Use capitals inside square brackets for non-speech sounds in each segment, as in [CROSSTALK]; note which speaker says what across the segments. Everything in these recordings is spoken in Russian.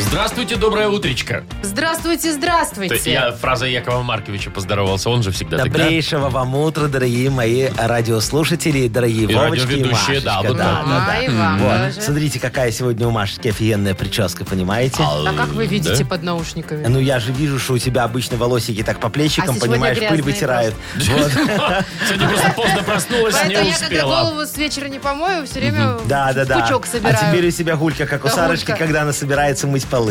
Speaker 1: Здравствуйте, доброе утречко.
Speaker 2: Здравствуйте,
Speaker 1: То есть
Speaker 2: здравствуйте.
Speaker 1: я фраза Якова Марковича поздоровался, он же всегда так, да?
Speaker 3: Добрейшего вам утра, дорогие мои радиослушатели, дорогие
Speaker 1: И
Speaker 3: Вовочки и
Speaker 1: радиоведущие, Ну да,
Speaker 3: Машечка,
Speaker 1: вот так.
Speaker 2: Мама, и вам
Speaker 3: Вот,
Speaker 2: тоже.
Speaker 3: смотрите, какая сегодня у Машечки офигенная прическа, понимаете?
Speaker 2: А как вы видите
Speaker 1: Да?
Speaker 2: под наушниками?
Speaker 3: Ну, я же вижу, что у тебя обычно волосики так по
Speaker 2: А
Speaker 3: плечикам,
Speaker 2: сегодня
Speaker 3: понимаешь, пыль
Speaker 2: грязные
Speaker 3: вытирают.
Speaker 1: [LAUGHS] Сегодня просто поздно проснулась, не
Speaker 2: Поэтому я, когда
Speaker 1: успела.
Speaker 2: голову с вечера не помою, все время
Speaker 3: Да, да,
Speaker 2: в
Speaker 3: да.
Speaker 2: пучок собираю.
Speaker 3: А теперь у тебя гулька, как у
Speaker 2: Да,
Speaker 3: Сарочки,
Speaker 2: гулька.
Speaker 3: когда она собирается мыть полы.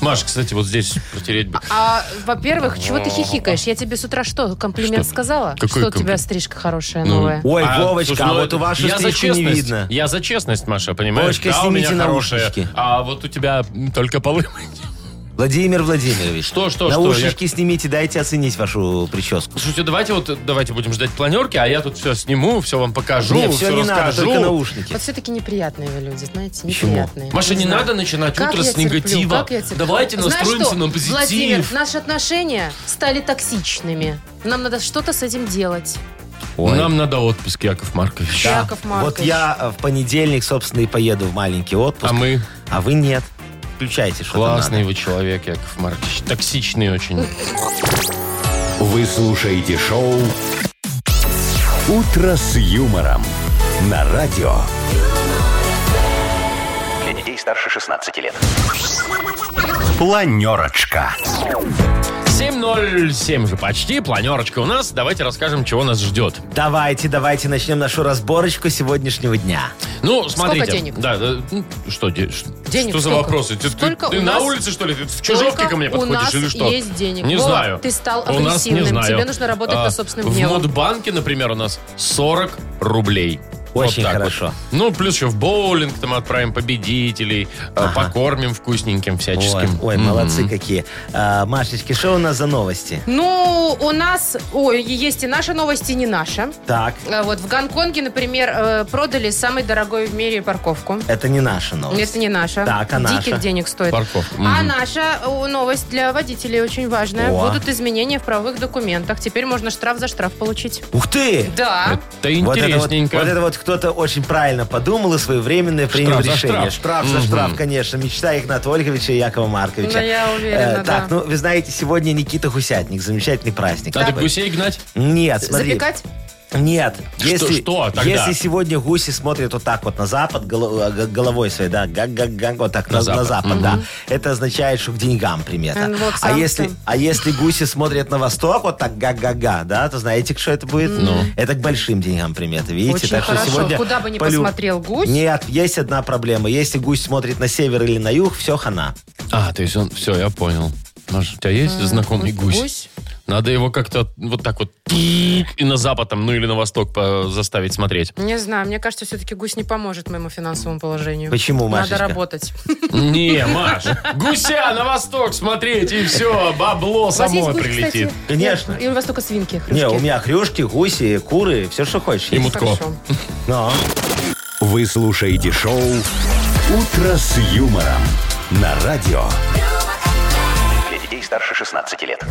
Speaker 1: Маш, кстати, вот здесь протереть бы.
Speaker 2: А, во-первых, чего ты хихикаешь? Я тебе с утра что, комплимент сказала?
Speaker 1: Какой
Speaker 2: что у тебя
Speaker 1: комплимент?
Speaker 2: стрижка хорошая, новая.
Speaker 3: Ой,
Speaker 1: А,
Speaker 3: Вовочка,
Speaker 1: слушай, ну,
Speaker 3: а вот у вашу
Speaker 1: я за
Speaker 3: стрижку не
Speaker 1: честность.
Speaker 3: видно.
Speaker 1: Я за честность, Маша, понимаешь?
Speaker 3: Вовочка,
Speaker 1: да, у меня
Speaker 3: снимите
Speaker 1: хорошая.
Speaker 3: наушнички.
Speaker 1: А вот у тебя м, только полы. [LAUGHS]
Speaker 3: Владимир Владимирович.
Speaker 1: Что, что, что?
Speaker 3: Наушнички снимите, дайте оценить вашу прическу.
Speaker 1: Слушайте, давайте вот давайте будем ждать планерки, а я тут все сниму, все вам покажу,
Speaker 3: Не,
Speaker 1: все,
Speaker 3: все не надо,
Speaker 1: расскажу.
Speaker 3: только наушники.
Speaker 2: Вот все-таки неприятные вы люди, знаете,
Speaker 3: Почему?
Speaker 2: неприятные.
Speaker 1: Маша, не
Speaker 2: знаю.
Speaker 1: надо начинать
Speaker 2: Как
Speaker 1: утро
Speaker 2: я
Speaker 1: с
Speaker 2: терплю,
Speaker 1: негатива.
Speaker 2: как я терплю.
Speaker 1: Давайте
Speaker 2: Знаешь
Speaker 1: настроимся
Speaker 2: что,
Speaker 1: на позитив.
Speaker 2: Владимир, наши отношения стали токсичными. Нам надо что-то с этим делать.
Speaker 3: Ой.
Speaker 1: Нам надо отпуск, Яков Маркович.
Speaker 2: Да. Яков Маркович.
Speaker 3: Вот я э, в понедельник, собственно, и поеду в маленький отпуск.
Speaker 1: А мы
Speaker 3: А вы нет. Включайте, что
Speaker 1: классный вы человек, Яков Маркович. Токсичный очень.
Speaker 4: Вы слушаете шоу «Утро с юмором» на радио. Для детей старше 16 лет. Планерочка.
Speaker 1: 7.07 же почти, планерочка у нас. Давайте расскажем, чего нас ждет.
Speaker 3: Давайте, давайте начнем нашу разборочку сегодняшнего дня.
Speaker 1: Ну, смотрите.
Speaker 2: денег?
Speaker 1: Да, да, ну, что, де- ш-
Speaker 2: Денег
Speaker 1: что за
Speaker 2: сколько?
Speaker 1: вопросы? Ты, ты-
Speaker 2: Сколько
Speaker 1: ты
Speaker 2: у
Speaker 1: на
Speaker 2: нас-
Speaker 1: улице, что ли? Ты в чужовке
Speaker 2: Сколько
Speaker 1: ко мне
Speaker 2: у
Speaker 1: подходишь
Speaker 2: нас
Speaker 1: или что?
Speaker 2: есть денег?
Speaker 1: Не
Speaker 2: Вова,
Speaker 1: знаю.
Speaker 2: ты стал
Speaker 1: У нас не
Speaker 2: агрессивным.
Speaker 1: знаю. А,
Speaker 2: Тебе нужно работать над собственным
Speaker 1: В
Speaker 2: гневом.
Speaker 1: Модбанке, например, у нас 40 рублей.
Speaker 3: Очень
Speaker 1: так
Speaker 3: хорошо.
Speaker 1: Ну, плюс еще в боулинг там отправим победителей, э, покормим вкусненьким
Speaker 3: Ой,
Speaker 1: всяческим.
Speaker 3: ой,
Speaker 1: М.
Speaker 3: молодцы какие. А, Машечки, что у нас за новости?
Speaker 2: Ну, у нас, ой, есть и наши новости, и не наши.
Speaker 3: Так,
Speaker 2: Э, Вот в Гонконге, например, э, продали самый дорогой в мире парковку.
Speaker 3: это не наша новость.
Speaker 2: Это не наша.
Speaker 3: Так, а
Speaker 2: Диких
Speaker 3: наша?
Speaker 2: денег стоит.
Speaker 1: Парковка.
Speaker 2: А
Speaker 1: Мгм.
Speaker 2: наша э, новость для водителей очень важная.
Speaker 3: О.
Speaker 2: Будут изменения в правовых документах. Теперь можно штраф за штраф получить.
Speaker 3: Ух ты!
Speaker 2: Да.
Speaker 1: А? Это
Speaker 3: Вот это, вот,
Speaker 1: интересненько.
Speaker 3: вот это вот кто-то очень правильно подумал и своевременно принял
Speaker 1: Штраф за
Speaker 3: решение.
Speaker 1: штраф.
Speaker 3: за
Speaker 1: Мгм.
Speaker 3: штраф, конечно. Мечта Игната Ольговича и Якова Марковича.
Speaker 2: Да, я уверена, да.
Speaker 3: Так, ну, вы знаете, сегодня Никита Хусятник. Замечательный праздник.
Speaker 1: Надо
Speaker 3: такой.
Speaker 1: гусей гнать?
Speaker 3: Нет, смотри.
Speaker 2: Запекать?
Speaker 3: Нет.
Speaker 1: Что-
Speaker 3: Если,
Speaker 1: что тогда?
Speaker 3: если сегодня гуси смотрят вот так вот на запад, голо- э, г- головой своей, да, гак-гак-гак, вот так
Speaker 1: На
Speaker 3: на, на
Speaker 1: запад.
Speaker 3: запад, да, это означает, что к деньгам примета.
Speaker 2: Э, вот
Speaker 3: а,
Speaker 2: сам
Speaker 3: если,
Speaker 2: ты.
Speaker 3: а если гуси смотрят на восток, вот так гак-гак-га, да, то знаете, что это будет?
Speaker 1: Ну.
Speaker 3: Это к большим деньгам примета, видите?
Speaker 2: Очень
Speaker 3: так
Speaker 2: хорошо.
Speaker 3: что сегодня
Speaker 2: Куда бы ни
Speaker 3: полю-
Speaker 2: посмотрел гусь.
Speaker 3: Нет, есть одна проблема. Если гусь смотрит на север или на юг, все хана.
Speaker 1: А, то есть он... Все, я понял. Маш, у тебя есть знакомый гусь?
Speaker 2: гусь?
Speaker 1: Надо его как-то вот так вот и на запад там, ну или на восток по- заставить смотреть.
Speaker 2: Не знаю, мне кажется, все-таки гусь не поможет моему финансовому положению.
Speaker 3: Почему, Машечка?
Speaker 2: Надо работать.
Speaker 1: Не, Маш, гуся на восток смотреть, и все, бабло
Speaker 2: У вас есть
Speaker 1: само
Speaker 2: гусь,
Speaker 1: прилетит.
Speaker 2: кстати?
Speaker 3: Конечно.
Speaker 2: И у вас только свинки, хрюшки.
Speaker 3: Не, у меня хрюшки, гуси, куры, все, что хочешь.
Speaker 1: И
Speaker 3: есть.
Speaker 1: мутко.
Speaker 2: Хорошо.
Speaker 3: Но.
Speaker 4: Вы слушаете шоу «Утро с юмором» на радио. Для детей старше 16 лет.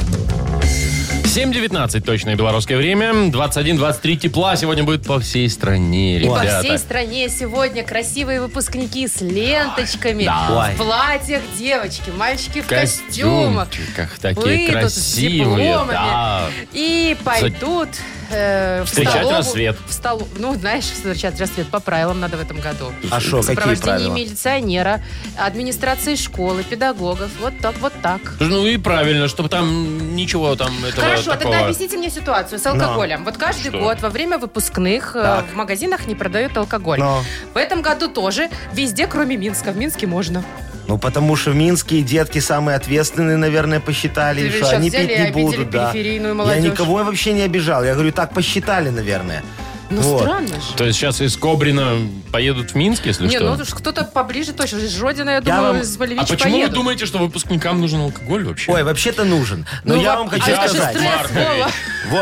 Speaker 1: 7.19 точное белорусское время, 21-23 тепла сегодня будет по всей стране,
Speaker 2: И
Speaker 1: ребята.
Speaker 2: по всей стране сегодня красивые выпускники с ленточками,
Speaker 3: Ой.
Speaker 2: в платьях девочки, мальчики в костюмах.
Speaker 1: костюмчиках такие
Speaker 2: Выйдут с
Speaker 1: красивые,
Speaker 2: дипломами
Speaker 1: да.
Speaker 2: и пойдут э, в
Speaker 1: Встречать
Speaker 2: столовую-
Speaker 1: рассвет.
Speaker 2: В столу, ну, знаешь, встречать рассвет по правилам надо в этом году.
Speaker 3: А что,
Speaker 2: В
Speaker 3: какие
Speaker 2: сопровождении
Speaker 3: правила?
Speaker 2: милиционера, администрации школы, педагогов. Вот так, вот так.
Speaker 1: Ну и правильно, чтобы там ничего там этого
Speaker 2: Хорошо,
Speaker 1: такого.
Speaker 2: тогда объясните мне ситуацию с алкоголем. Вот каждый
Speaker 1: Что?
Speaker 2: год во время выпускных э,
Speaker 3: Так.
Speaker 2: в магазинах не продают алкоголь.
Speaker 3: Но.
Speaker 2: В этом году тоже везде, кроме Минска. В Минске можно.
Speaker 3: Ну, потому что в Минске детки самые ответственные, наверное, посчитали,
Speaker 2: Ты же
Speaker 3: что
Speaker 2: сейчас
Speaker 3: они
Speaker 2: взяли
Speaker 3: пить
Speaker 2: и
Speaker 3: не
Speaker 2: обидели
Speaker 3: будут. Да.
Speaker 2: периферийную молодежь.
Speaker 3: Я никого вообще не обижал. Я говорю, так посчитали, наверное.
Speaker 2: Ну,
Speaker 3: Вот.
Speaker 2: странно же.
Speaker 1: То есть сейчас из Кобрина поедут в Минск, если
Speaker 2: Не,
Speaker 1: что?
Speaker 2: ну уж кто-то поближе точно. Из Родина, я думаю,
Speaker 3: вам-
Speaker 2: из
Speaker 1: а
Speaker 2: Валевич
Speaker 1: почему
Speaker 2: поедут.
Speaker 1: вы думаете, что выпускникам нужен алкоголь вообще?
Speaker 3: Ой, вообще-то нужен. Но
Speaker 2: Ну,
Speaker 3: я
Speaker 2: во-
Speaker 3: вам
Speaker 2: а
Speaker 3: хочу
Speaker 2: это же
Speaker 3: сказать,
Speaker 2: стресс,
Speaker 1: Маркович.
Speaker 2: Вова.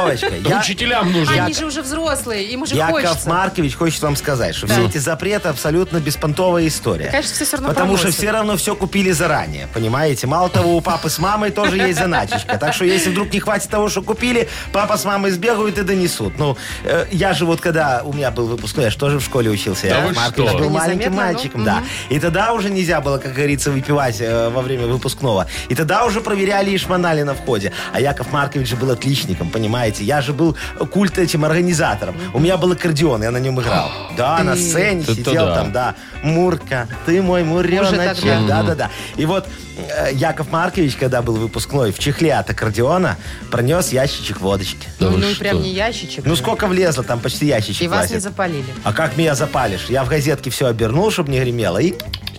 Speaker 3: Вовочка,
Speaker 1: Да
Speaker 3: я,
Speaker 1: учителям нужен.
Speaker 2: Они же уже взрослые, им уже
Speaker 3: Яков
Speaker 2: хочется.
Speaker 3: Маркович хочет вам сказать, что все эти запреты абсолютно беспонтовая история.
Speaker 2: Конечно, все всё равно
Speaker 3: Потому что
Speaker 2: проносят.
Speaker 3: все равно все купили заранее, понимаете? Мало того, у папы с мамой тоже есть заначечка. Так что если вдруг не хватит того, что купили, папа с мамой сбегают и донесут. Ну, э, я же вот когда у меня был выпускной, я же тоже в школе учился.
Speaker 1: Да
Speaker 3: Яков
Speaker 1: вы
Speaker 3: Маркович
Speaker 1: что?
Speaker 3: был
Speaker 2: Это
Speaker 3: маленьким
Speaker 2: незаметно, ну,
Speaker 3: мальчиком, да. И тогда уже нельзя было, как говорится, выпивать э, во время выпускного. И тогда уже проверяли и шмонали на входе. А Яков Маркович же был отличником, понимаете? Я же был культ этим организатором. У меня был аккордеон, я на нем играл. Да, на сцене
Speaker 1: Это
Speaker 3: сидел
Speaker 1: да.
Speaker 3: там, да. Мурка, ты мой муреночек.
Speaker 2: тогда.
Speaker 3: Да-да-да. И вот э, Яков Маркович, когда был выпускной, в чехле от аккордеона пронес ящичек водочки.
Speaker 1: Да
Speaker 2: Ну,
Speaker 1: вы
Speaker 2: ну и
Speaker 1: что?
Speaker 2: прям не ящичек.
Speaker 3: Ну сколько влезло, там почти ящичек
Speaker 2: И вас
Speaker 3: влазит.
Speaker 2: не запалили.
Speaker 3: А как меня запалишь? Я в газетке все обернул, чтобы не гремело, и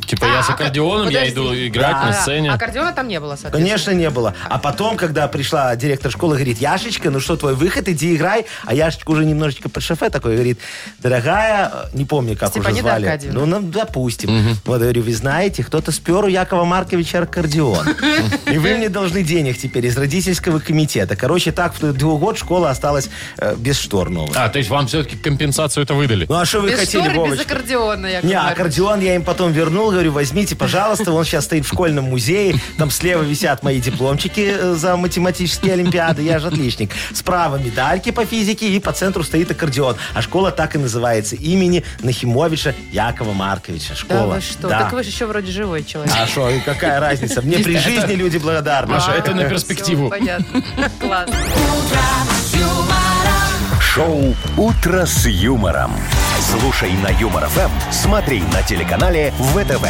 Speaker 1: Типа я с
Speaker 2: А,
Speaker 1: аккордеоном, я
Speaker 2: подожди.
Speaker 1: иду играть
Speaker 2: А,
Speaker 1: на сцене.
Speaker 2: Аккордеона там не было, соответственно.
Speaker 3: Конечно, не было. А потом, когда пришла директор школы, говорит, Яшечка, ну что, твой выход, иди играй. А Яшечка уже немножечко под шофе такой говорит, дорогая, э, не помню, как уже
Speaker 2: Степанида
Speaker 3: звали.
Speaker 2: Аркадьевна.
Speaker 3: Ну, ну, допустим. Вот, говорю, вы знаете, кто-то спер у Якова Марковича аккордеон. И вы мне должны денег теперь из родительского комитета. Короче, так в год школа осталась э, без штор новых.
Speaker 1: А, то есть вам все-таки компенсацию это выдали?
Speaker 3: Ну, а что вы
Speaker 2: Без
Speaker 3: хотели,
Speaker 2: шторы, без
Speaker 3: Вовочка?
Speaker 2: аккордеона, я
Speaker 3: Не, аккордеон я им потом вернул, говорю, возьмите, пожалуйста, он сейчас стоит в школьном музее, там слева висят мои дипломчики э, за математические олимпиады, я же отличник. Справа медальки по физике и по центру стоит аккордеон. А школа так и называется, имени Нахимовича Якова Марковича.
Speaker 2: Да
Speaker 3: Школа.
Speaker 2: вы что?
Speaker 3: Да.
Speaker 2: Так вы же еще вроде живой человек.
Speaker 3: А что, и какая разница? Мне при жизни люди благодарны.
Speaker 1: Маша, это
Speaker 3: [LAUGHS]
Speaker 1: на
Speaker 2: Всё
Speaker 1: перспективу.
Speaker 2: понятно. Класс.
Speaker 4: Шоу «Утро с юмором». Слушай на Юмор ФМ, смотри на телеканале ВТВ.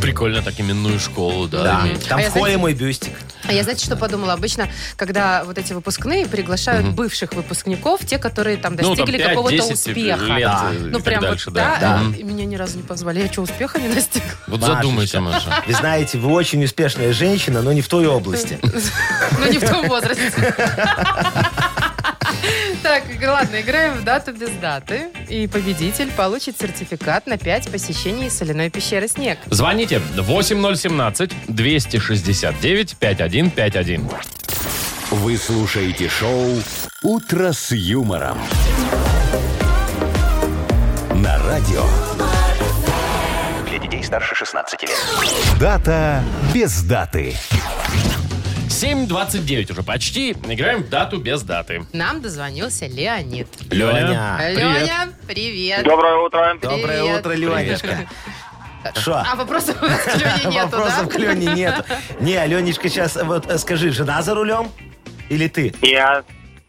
Speaker 1: Прикольно так именную школу, да.
Speaker 3: Да,
Speaker 1: иметь.
Speaker 3: там
Speaker 2: А я,
Speaker 3: в холле
Speaker 2: знаете-
Speaker 3: мой бюстик.
Speaker 2: А я, знаете, что подумала? Обычно, когда вот эти выпускные приглашают бывших выпускников, те, которые там
Speaker 1: Ну, там
Speaker 2: достигли
Speaker 1: 5-10
Speaker 2: какого-то успеха.
Speaker 1: лет э,
Speaker 3: Да.
Speaker 1: и
Speaker 2: Ну,
Speaker 1: так
Speaker 2: прям
Speaker 1: дальше,
Speaker 2: вот,
Speaker 1: да.
Speaker 2: да.
Speaker 3: да.
Speaker 2: и Меня ни разу не позвали. Я что, успеха не достигла? [LAUGHS]
Speaker 1: Вот
Speaker 3: Машечка.
Speaker 1: задумайся, Маша.
Speaker 3: Вы знаете, вы очень успешная женщина, но не в той области.
Speaker 2: Ну, не в том возрасте. [LAUGHS] Так, ладно, играем в дату без даты. И победитель получит сертификат на 5 посещений соляной пещеры «Снег».
Speaker 1: Звоните 8017-269-5151.
Speaker 4: Вы слушаете шоу «Утро с юмором». На радио. Для детей старше 16 лет. Дата без даты.
Speaker 1: 7.29 уже почти. Играем в дату без даты.
Speaker 2: Нам дозвонился Леонид.
Speaker 1: Леня,
Speaker 3: Леня.
Speaker 1: А, привет.
Speaker 2: Леня, привет.
Speaker 5: Доброе утро.
Speaker 3: Доброе
Speaker 2: Привет.
Speaker 3: утро, Ленечка. Что?
Speaker 2: А вопросов у нас к Лене [LAUGHS] нету, да?
Speaker 3: Вопросов к Лене нету. Не, Ленечка, сейчас вот э, скажи, жена за рулем? Или ты?
Speaker 5: Я,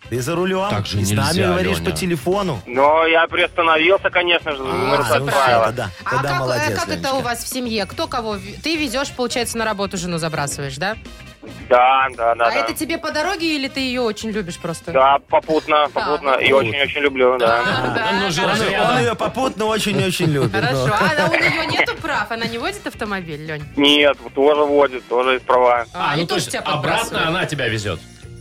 Speaker 3: Ты за рулем.
Speaker 1: Так же
Speaker 3: И с нами
Speaker 1: нельзя,
Speaker 3: говоришь
Speaker 1: Леня.
Speaker 3: по телефону.
Speaker 5: но ну, я приостановился, конечно же,
Speaker 3: А,
Speaker 5: мы
Speaker 3: ну
Speaker 5: это
Speaker 3: всё,
Speaker 5: отправила.
Speaker 3: тогда,
Speaker 2: А как,
Speaker 3: тогда
Speaker 2: э,
Speaker 3: молодец,
Speaker 2: как это
Speaker 3: Ленечка.
Speaker 2: у вас в семье? Кто кого? в- Ты везешь, получается, на работу жену забрасываешь, да?
Speaker 5: Да, да, да,
Speaker 2: а
Speaker 5: да.
Speaker 2: это тебе по дороге или ты ее очень любишь просто?
Speaker 5: Да, попутно, попутно. И очень-очень люблю, да.
Speaker 2: Да,
Speaker 1: Ну, же
Speaker 3: Он,
Speaker 1: разряда.
Speaker 3: он ее попутно очень-очень любит.
Speaker 2: Хорошо.
Speaker 3: ну.
Speaker 2: А она- у нее нету прав? Она не водит автомобиль, Лень?
Speaker 5: Нет, тоже водит, тоже из права.
Speaker 1: А,
Speaker 2: и
Speaker 1: ну то
Speaker 2: тоже
Speaker 1: есть
Speaker 2: тебя
Speaker 1: обратно
Speaker 2: подбрасывает.
Speaker 1: она тебя везет.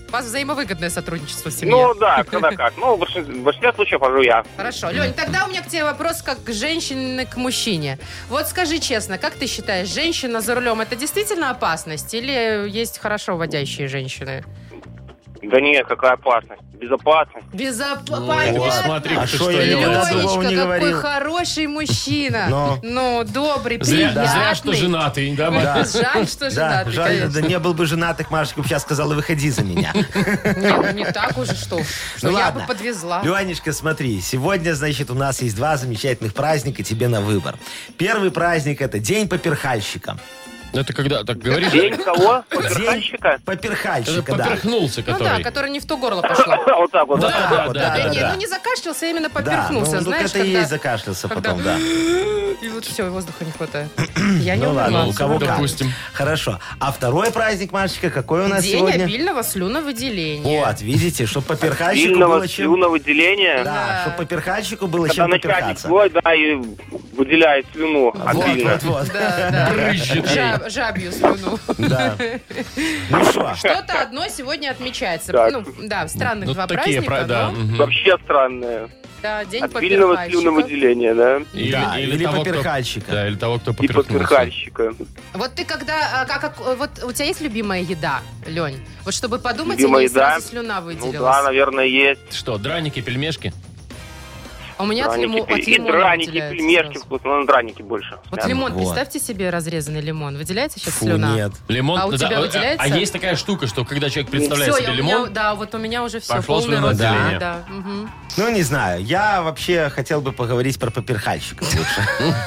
Speaker 2: У вас взаимовыгодное сотрудничество в семье.
Speaker 5: Ну да, когда как. Ну, в большин- в большинстве случаев хожу я.
Speaker 2: Хорошо. Лень, тогда у меня к тебе вопрос как к женщине к мужчине. Вот скажи честно, как ты считаешь, женщина за рулем это действительно опасность или есть хорошо водящие женщины?
Speaker 5: Да нет, какая опасность. Безопасность.
Speaker 2: Безопасно.
Speaker 1: Смотри,
Speaker 3: А
Speaker 1: ты
Speaker 3: шо
Speaker 1: что
Speaker 3: я
Speaker 1: Лёня,
Speaker 3: не
Speaker 1: задумал?
Speaker 3: разу? другого
Speaker 2: Лёнечка,
Speaker 3: не
Speaker 2: какой
Speaker 3: говорил.
Speaker 2: хороший мужчина.
Speaker 3: Но.
Speaker 2: Ну, добрый,
Speaker 1: Зря,
Speaker 2: приятный.
Speaker 1: зря, что женатый, да, Маша?
Speaker 3: Да.
Speaker 2: Жаль, что
Speaker 3: Да,
Speaker 2: женатый,
Speaker 3: жаль, да
Speaker 2: конечно.
Speaker 3: не был бы женатых, Машечка бы сейчас сказала, выходи
Speaker 2: [LAUGHS]
Speaker 3: за меня.
Speaker 2: Не, ну, не так уже, что уж, что
Speaker 3: Ну
Speaker 2: я
Speaker 3: ладно.
Speaker 2: бы подвезла.
Speaker 3: Ленечка, смотри, сегодня, значит, у нас есть два замечательных праздника тебе на выбор. Первый праздник – это День поперхальщика.
Speaker 1: Это когда так говоришь,
Speaker 5: День кого?
Speaker 3: День
Speaker 5: Поперхальщика?
Speaker 1: это
Speaker 3: поперхальщика, да.
Speaker 1: поперхнулся,
Speaker 2: Ну да,
Speaker 1: который.
Speaker 2: которая не в то горло пошла.
Speaker 5: [LAUGHS] Вот так
Speaker 3: Вот
Speaker 5: вот.
Speaker 1: Да,
Speaker 3: так
Speaker 1: да,
Speaker 3: вот,
Speaker 1: да,
Speaker 3: да,
Speaker 2: Да,
Speaker 3: да,
Speaker 2: не,
Speaker 3: да.
Speaker 2: ну не закашлялся, а именно
Speaker 3: Да, ну,
Speaker 2: поперхнулся,
Speaker 3: ну,
Speaker 2: знаешь,
Speaker 3: это и
Speaker 2: когда-
Speaker 3: есть закашлялся
Speaker 2: когда-
Speaker 3: потом, да.
Speaker 2: И вот все, и воздуха не хватает.
Speaker 3: [CLEARS THROAT]
Speaker 2: Я не
Speaker 3: Ну ладно, у
Speaker 2: умерла.
Speaker 3: кого как.
Speaker 1: Допустим.
Speaker 3: Хорошо. А второй праздник, Машечка, какой у нас
Speaker 2: День
Speaker 3: сегодня?
Speaker 2: обильного слюновыделения.
Speaker 3: Вот, видите, чтобы по перхальщику
Speaker 5: Сильного
Speaker 3: было чем...
Speaker 5: слюного выделения.
Speaker 3: Да, чтобы по перхальщику было
Speaker 5: Когда
Speaker 3: чем
Speaker 5: начальник
Speaker 3: поперхаться.
Speaker 5: свой, да, и выделяет слюну
Speaker 3: Вот,
Speaker 5: обильно.
Speaker 3: вот, вот.
Speaker 2: Да, да.
Speaker 1: Брызжет ей.
Speaker 2: Жаб- жабью слюну.
Speaker 3: Да. Ну что,
Speaker 2: Что-то одно сегодня отмечается.
Speaker 5: Так.
Speaker 2: Ну, да, странных
Speaker 1: Ну,
Speaker 2: два
Speaker 1: такие,
Speaker 2: праздника,
Speaker 1: про- да.
Speaker 2: но
Speaker 1: мгм.
Speaker 5: Вообще странное.
Speaker 2: Да, день
Speaker 5: От вильного
Speaker 2: попиральщиков.
Speaker 5: слюновыделения, да?
Speaker 3: Да, или поперхальщика.
Speaker 1: Кто, да, или того, кто
Speaker 5: И
Speaker 1: поперхнулся.
Speaker 5: подперхальщика.
Speaker 2: Вот ты когда, а, как, как- вот у тебя есть любимая еда, Лень? Вот чтобы подумать,
Speaker 5: Любимая
Speaker 2: и не
Speaker 5: еда?
Speaker 2: сразу слюна
Speaker 5: Ну да,
Speaker 2: выделилась.
Speaker 5: наверное, есть.
Speaker 1: Что, драники, пельмешки?
Speaker 2: а у меня от, лиму-
Speaker 5: Драники,
Speaker 2: от
Speaker 5: пель- и
Speaker 2: лимона
Speaker 5: драники,
Speaker 2: выделяется
Speaker 5: пельмешки
Speaker 2: сразу.
Speaker 5: вкусно, но на драники больше.
Speaker 2: Вот
Speaker 5: Да.
Speaker 2: лимон,
Speaker 3: Вот.
Speaker 2: представьте себе разрезанный лимон. Выделяется сейчас
Speaker 3: Фу,
Speaker 2: слюна?
Speaker 3: нет.
Speaker 1: Лимон,
Speaker 2: А у
Speaker 1: да,
Speaker 2: тебя выделяется?
Speaker 1: а есть такая штука, что когда человек представляет
Speaker 2: Всё,
Speaker 1: себе
Speaker 2: я- у
Speaker 1: лимон,
Speaker 2: меня- да, вот у меня уже все
Speaker 1: Пошло
Speaker 2: полное
Speaker 1: слюноотделение.
Speaker 2: разделение. Да, да, мгм.
Speaker 3: Ну, не знаю. Я вообще хотел бы поговорить про поперхальщиков лучше.
Speaker 2: Что вы,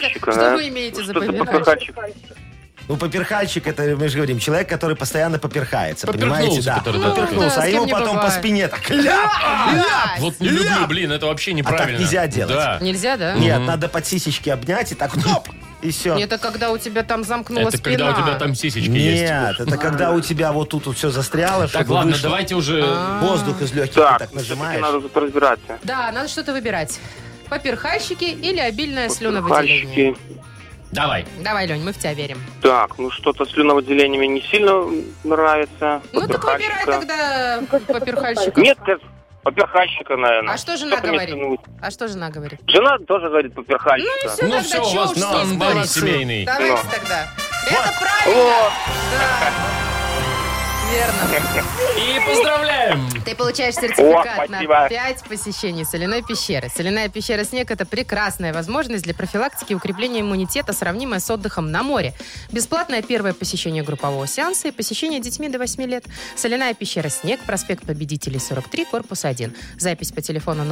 Speaker 5: Подперхальщика,
Speaker 2: что
Speaker 5: да.
Speaker 2: вы имеете за
Speaker 5: Что за [LAUGHS]
Speaker 2: поперхальщик?
Speaker 5: подперхальщик?
Speaker 3: Ну, поперхальщик, это, мы же говорим, человек, который постоянно поперхается,
Speaker 1: Поперхнулся,
Speaker 3: понимаете? Да,
Speaker 1: который, да,
Speaker 2: Ну, да,
Speaker 3: а
Speaker 2: с
Speaker 3: ему
Speaker 2: кем не
Speaker 3: потом по
Speaker 2: бывает.
Speaker 3: спине так ляп!
Speaker 2: Блядь!
Speaker 1: вот не люблю, блин, это вообще неправильно.
Speaker 3: А нельзя делать.
Speaker 1: Да.
Speaker 2: Нельзя, да?
Speaker 3: Нет, надо под сисечки обнять и так вот, оп, и все.
Speaker 2: Это когда у тебя там замкнула
Speaker 1: Это
Speaker 2: спина.
Speaker 1: когда у тебя там сисечки есть.
Speaker 3: Нет, это когда у тебя вот тут вот все застряло,
Speaker 1: Так,
Speaker 3: чтобы
Speaker 1: ладно,
Speaker 3: вышло.
Speaker 1: давайте уже...
Speaker 2: А?
Speaker 3: Воздух из легких
Speaker 5: Так,
Speaker 3: так
Speaker 5: все-таки
Speaker 3: нажимаешь.
Speaker 5: надо тут разбираться.
Speaker 2: Да, надо что-то выбирать. Поперхальщики или обильное слюновыделение.
Speaker 5: Подперхальщики.
Speaker 1: Давай.
Speaker 2: Давай, Лень, мы в тебя верим.
Speaker 5: Так, ну что-то слюновыделение мне не сильно нравится.
Speaker 2: Ну так выбирай
Speaker 5: Подперхальщика.
Speaker 2: тогда поперхальщиков.
Speaker 5: Нет, кажется, поперхальщика, наверное.
Speaker 2: А что жена
Speaker 5: Только мне
Speaker 2: говорит?
Speaker 5: слюновы-
Speaker 2: А что жена говорит?
Speaker 5: Жена тоже говорит поперхальщика.
Speaker 2: Ну все,
Speaker 1: Ну
Speaker 2: тогда
Speaker 1: все, у
Speaker 2: чё
Speaker 1: вас
Speaker 2: уж
Speaker 1: на
Speaker 2: здесь
Speaker 1: амбаре
Speaker 2: балансу?
Speaker 1: семейный.
Speaker 2: Давайте
Speaker 5: Ну.
Speaker 2: тогда. Это правильно! Да. Верно.
Speaker 1: И поздравляем!
Speaker 2: Ты получаешь сертификат
Speaker 5: О,
Speaker 2: на
Speaker 5: спасибо.
Speaker 2: 5 посещений соляной пещеры. Соляная пещера «Снег» — это прекрасная возможность для профилактики и укрепления иммунитета, сравнимая с отдыхом на море. Бесплатное первое посещение группового сеанса и посещение детьми до 8 лет. Соляная пещера «Снег», проспект Победителей, 43, корпус 1. Запись по телефону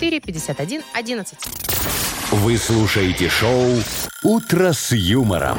Speaker 2: 029-184-51-11.
Speaker 4: Вы слушаете шоу «Утро с юмором».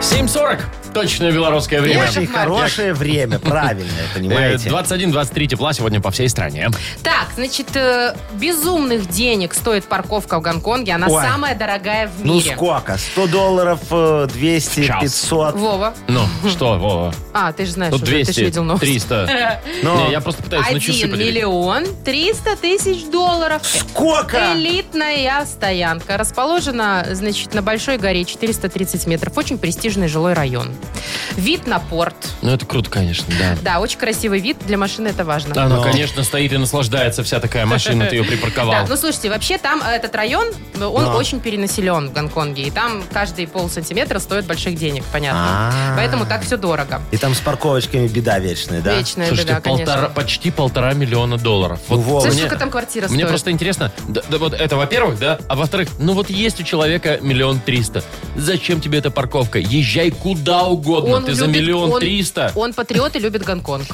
Speaker 1: 7.40. Точное белорусское время.
Speaker 2: Яков
Speaker 3: Очень
Speaker 2: Маркович.
Speaker 3: хорошее время, правильное,
Speaker 1: Э,
Speaker 3: понимаете?
Speaker 1: 21-23 тепла сегодня по всей стране.
Speaker 2: Так, значит, э, безумных денег стоит парковка в Гонконге. Она
Speaker 3: Ой.
Speaker 2: самая дорогая в
Speaker 3: Ну
Speaker 2: мире.
Speaker 3: сколько? 100 долларов, э, 200,
Speaker 1: Час.
Speaker 3: 500.
Speaker 2: Вова.
Speaker 1: Ну, что, Вова?
Speaker 2: А, ты же знаешь,
Speaker 1: Тут
Speaker 2: уже, ты же
Speaker 1: 200,
Speaker 2: видел новость. [LAUGHS]
Speaker 1: 300.
Speaker 3: Но
Speaker 1: Не, я просто пытаюсь на ну, часы
Speaker 2: 1
Speaker 1: поделить.
Speaker 2: миллион 300 тысяч долларов.
Speaker 3: Сколько?
Speaker 2: Элитная стоянка. Расположена, значит, на Большой горе 430 метров. Очень престижный жилой район. Вид на порт.
Speaker 1: Ну, это круто, конечно, да.
Speaker 2: Да, очень красивый вид. Для машины это важно.
Speaker 1: Она,
Speaker 3: Но.
Speaker 1: конечно, стоит и наслаждается вся такая машина,
Speaker 2: [LAUGHS]
Speaker 1: ты ее припарковал.
Speaker 2: Да, ну слушайте, вообще там э, этот район, э, он
Speaker 3: Да.
Speaker 2: очень перенаселен в Гонконге. И там каждый полсантиметра стоит больших денег, понятно.
Speaker 3: А.
Speaker 2: Поэтому так все дорого.
Speaker 3: И там с парковочками беда вечная, да?
Speaker 2: Вечная
Speaker 1: Слушайте,
Speaker 2: беда,
Speaker 1: полтора,
Speaker 2: конечно.
Speaker 1: почти полтора миллиона долларов.
Speaker 3: Ну,
Speaker 1: Вот
Speaker 3: Вова,
Speaker 2: Слышь,
Speaker 1: мне-
Speaker 2: сколько там квартира
Speaker 1: Мне
Speaker 2: стоит?
Speaker 1: просто интересно, да, да вот это во-первых, да, а во-вторых, ну вот есть у человека миллион триста, зачем тебе эта парковка? Езжай куда угодно,
Speaker 2: Он
Speaker 1: ты за
Speaker 2: любит-
Speaker 1: миллион
Speaker 2: он-
Speaker 1: триста.
Speaker 2: Он патриот и любит Гонконг.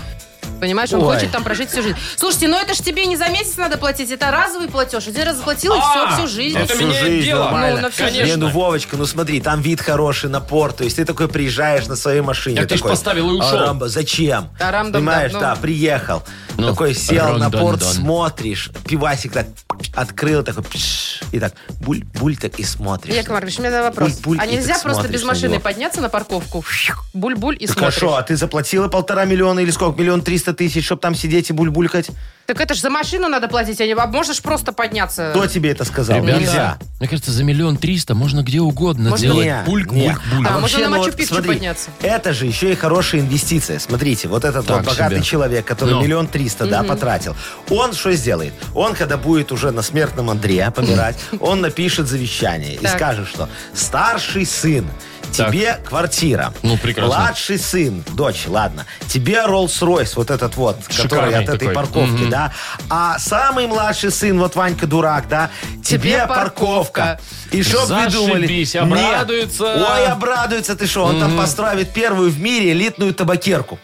Speaker 2: Понимаешь, он
Speaker 3: Ой.
Speaker 2: хочет там прожить всю жизнь. Слушайте, ну это ж тебе не за месяц надо платить, это разовый платеж. Один раз заплатил, и все,
Speaker 1: А,
Speaker 2: всю жизнь.
Speaker 1: Это
Speaker 3: всю
Speaker 1: меня и
Speaker 3: жизнь
Speaker 1: дело.
Speaker 3: нормально.
Speaker 2: Ну, на всю
Speaker 1: Конечно.
Speaker 3: Не, ну, Вовочка, ну смотри, там вид хороший, на порт. То есть ты такой приезжаешь на своей машине.
Speaker 1: Так ты ж
Speaker 3: такой,
Speaker 1: поставил и ушел.
Speaker 3: «Арамба, зачем?
Speaker 2: Арам-дам-дам,
Speaker 3: Понимаешь,
Speaker 2: ну.
Speaker 3: да, приехал.
Speaker 1: Ну,
Speaker 3: такой сел на
Speaker 1: арам-дам-дам.
Speaker 3: порт, смотришь. Пивасик так открыл, такой пш, и так буль-буль так и смотришь.
Speaker 2: Яков Маркович, у меня на вопрос.
Speaker 3: Буль-буль,
Speaker 2: а
Speaker 3: и
Speaker 2: нельзя
Speaker 3: так
Speaker 2: просто
Speaker 3: смотришь
Speaker 2: без
Speaker 3: на
Speaker 2: машины
Speaker 3: него.
Speaker 2: подняться на парковку, фью, буль-буль и
Speaker 3: Так
Speaker 2: смотришь?
Speaker 3: хорошо, а ты заплатила полтора миллиона или сколько? Миллион триста тысяч, чтобы там сидеть и буль-булькать?
Speaker 2: Так это ж за машину надо платить, а не а можешь ж просто подняться.
Speaker 3: Кто тебе это
Speaker 2: Ну,
Speaker 3: сказал?
Speaker 1: Ребята,
Speaker 3: Нельзя.
Speaker 1: Мне кажется, за миллион триста можно где угодно
Speaker 2: Можно
Speaker 1: делать.
Speaker 3: Не,
Speaker 1: Пульк,
Speaker 3: не.
Speaker 1: пульк, пульк.
Speaker 2: А, можно на
Speaker 3: ну вот
Speaker 2: Мачу-Пикчу
Speaker 3: смотри,
Speaker 2: подняться.
Speaker 3: Это же еще и хорошая инвестиция. Смотрите, вот этот
Speaker 1: Так
Speaker 3: вот богатый
Speaker 1: себе.
Speaker 3: человек, который
Speaker 1: Ну.
Speaker 3: миллион триста, да, потратил. Он что сделает? Он, когда будет уже на смертном Андре
Speaker 2: [LAUGHS]
Speaker 3: помирать, он напишет завещание и
Speaker 2: Так.
Speaker 3: скажет, что старший сын, тебе квартира.
Speaker 1: Ну, прекрасно.
Speaker 3: Младший сын, дочь, ладно. Тебе Роллс-Ройс, вот этот вот, который
Speaker 1: Шикарный
Speaker 3: от этой
Speaker 1: такой.
Speaker 3: парковки, да. А самый младший сын, вот Ванька дурак, да, тебе
Speaker 2: Тебе
Speaker 3: парковка. И что вы думали?
Speaker 1: Зашибись,
Speaker 3: Нет.
Speaker 1: обрадуется.
Speaker 3: Ой, обрадуется ты что, он там построит первую в мире элитную табакерку.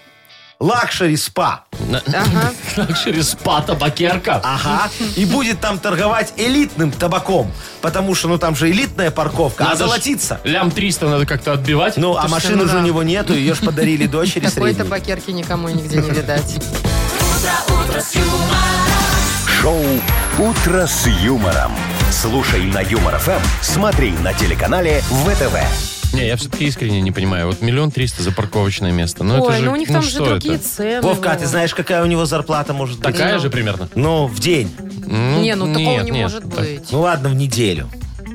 Speaker 3: Лакшери спа.
Speaker 2: Ага.
Speaker 1: Через спа табакерка.
Speaker 3: Ага. И будет там торговать элитным табаком. Потому что, ну, там же элитная парковка. а
Speaker 1: Надо ж Э,
Speaker 3: золотиться.
Speaker 1: Лям 300 надо как-то отбивать.
Speaker 3: Ну, а машины же у него нету, ее ж подарили дочери
Speaker 2: [LAUGHS] Такой
Speaker 3: средней.
Speaker 2: табакерки никому и нигде не видать.
Speaker 4: Шоу «Утро с юмором». Слушай на Юмор ФМ, смотри на телеканале ВТВ.
Speaker 1: Не, я все-таки искренне не понимаю. Вот миллион триста за парковочное место. [LAUGHS] Ну, это
Speaker 2: Ой,
Speaker 1: же,
Speaker 2: ну у них там же
Speaker 1: что
Speaker 2: другие
Speaker 1: это?
Speaker 2: цены.
Speaker 3: Вовка, а ты
Speaker 2: Вова.
Speaker 3: знаешь, какая у него зарплата может быть?
Speaker 1: Такая же примерно?
Speaker 3: Ну, в день.
Speaker 2: Не, ну такого
Speaker 1: нет,
Speaker 2: не
Speaker 1: нет.
Speaker 2: может быть.
Speaker 3: Ну ладно, в неделю.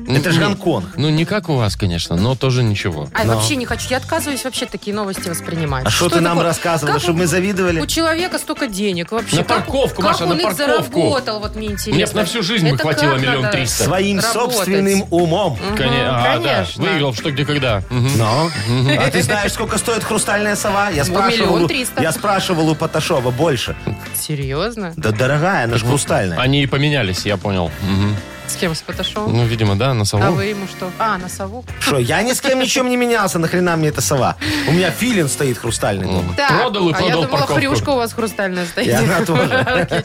Speaker 3: Это же
Speaker 1: не-
Speaker 3: Гонконг.
Speaker 1: Ну, не как у вас, конечно, но тоже ничего.
Speaker 2: А вообще не хочу. Я отказываюсь вообще такие новости воспринимать.
Speaker 3: А что ты нам
Speaker 2: такое?
Speaker 3: рассказывала,
Speaker 2: Как
Speaker 3: чтобы
Speaker 2: у-
Speaker 3: мы завидовали?
Speaker 2: У человека столько денег вообще.
Speaker 1: На
Speaker 2: Как-
Speaker 1: парковку,
Speaker 2: как
Speaker 1: Маша,
Speaker 2: он
Speaker 1: на
Speaker 2: их
Speaker 1: парковку.
Speaker 2: заработал, вот мне интересно.
Speaker 1: Мне б на всю жизнь бы
Speaker 2: Это
Speaker 1: хватило
Speaker 2: как
Speaker 1: миллион
Speaker 2: надо?
Speaker 1: триста.
Speaker 3: Своим
Speaker 2: Работать.
Speaker 3: собственным умом.
Speaker 1: Коне- а, да.
Speaker 2: конечно.
Speaker 1: Выиграл в что, где, когда. Мгм.
Speaker 3: Но. А ты знаешь, сколько стоит хрустальная сова? Я спрашивал,
Speaker 2: миллион
Speaker 3: у-
Speaker 2: триста.
Speaker 3: я спрашивал у Паташова больше.
Speaker 2: Серьезно?
Speaker 3: Да дорогая, она же хрустальная.
Speaker 1: Они и поменялись, я понял. Мгм.
Speaker 2: С кем? С Паташовым?
Speaker 1: Ну, видимо, да, на сову.
Speaker 2: А вы ему что? А, на сову?
Speaker 3: Что, я ни с кем ничем не менялся, нахрена мне эта сова? У меня филин стоит хрустальный дома.
Speaker 2: Так,
Speaker 1: Продал и
Speaker 2: а я
Speaker 1: продал
Speaker 2: думала,
Speaker 1: парковку.
Speaker 2: хрюшка у вас хрустальная стоит. [LAUGHS]
Speaker 3: И она тоже.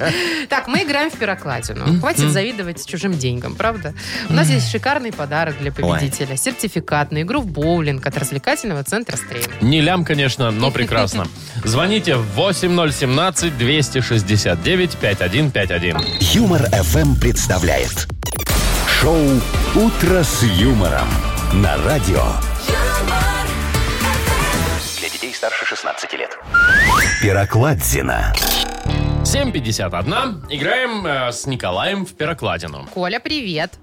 Speaker 2: Так, мы играем в пирокладину. Хватит завидовать чужим деньгам, правда? У нас есть шикарный подарок для победителя. Сертификат на игру в боулинг от развлекательного центра «Стрим».
Speaker 1: Не лям, конечно, но
Speaker 2: [LAUGHS]
Speaker 1: прекрасно. Звоните в 8017-269-5151.
Speaker 4: Юмор FM представляет шоу Утро с юмором на радио
Speaker 6: юмор,
Speaker 7: Для детей старше 16 лет.
Speaker 4: Пирокладзина.
Speaker 1: 7.51. Играем э, с Николаем в Пирокладину.
Speaker 2: Коля, привет.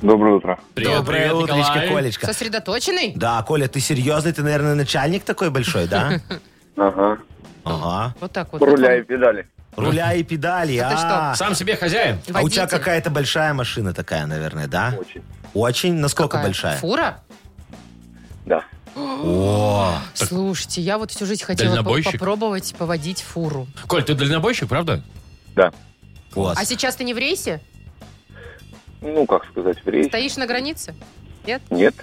Speaker 5: Доброе утро.
Speaker 1: Привет, привет,
Speaker 3: утречко,
Speaker 1: Николай.
Speaker 3: Колечка.
Speaker 2: Сосредоточенный?
Speaker 3: Да, Коля, ты серьезный, ты, наверное, начальник такой большой, да?
Speaker 5: Ага.
Speaker 3: Ага.
Speaker 2: Вот так вот.
Speaker 5: Руля и педали.
Speaker 3: Руля и педали,
Speaker 2: А ты
Speaker 3: а.
Speaker 1: Сам себе хозяин.
Speaker 3: А у тебя
Speaker 2: Водитель.
Speaker 3: какая-то большая машина такая, наверное, да?
Speaker 5: Очень.
Speaker 3: Очень? Насколько
Speaker 2: Какая?
Speaker 3: большая?
Speaker 2: Фура?
Speaker 5: Да.
Speaker 3: О,
Speaker 2: Слушайте, я вот всю жизнь хотела по-
Speaker 1: Дальнобойщик?
Speaker 2: попробовать поводить фуру.
Speaker 1: Коль, ты дальнобойщик, правда?
Speaker 3: класс.
Speaker 2: А сейчас ты не в рейсе?
Speaker 5: Ну, как сказать, в рейсе.
Speaker 2: Стоишь на границе?
Speaker 5: Нет.
Speaker 2: Нет?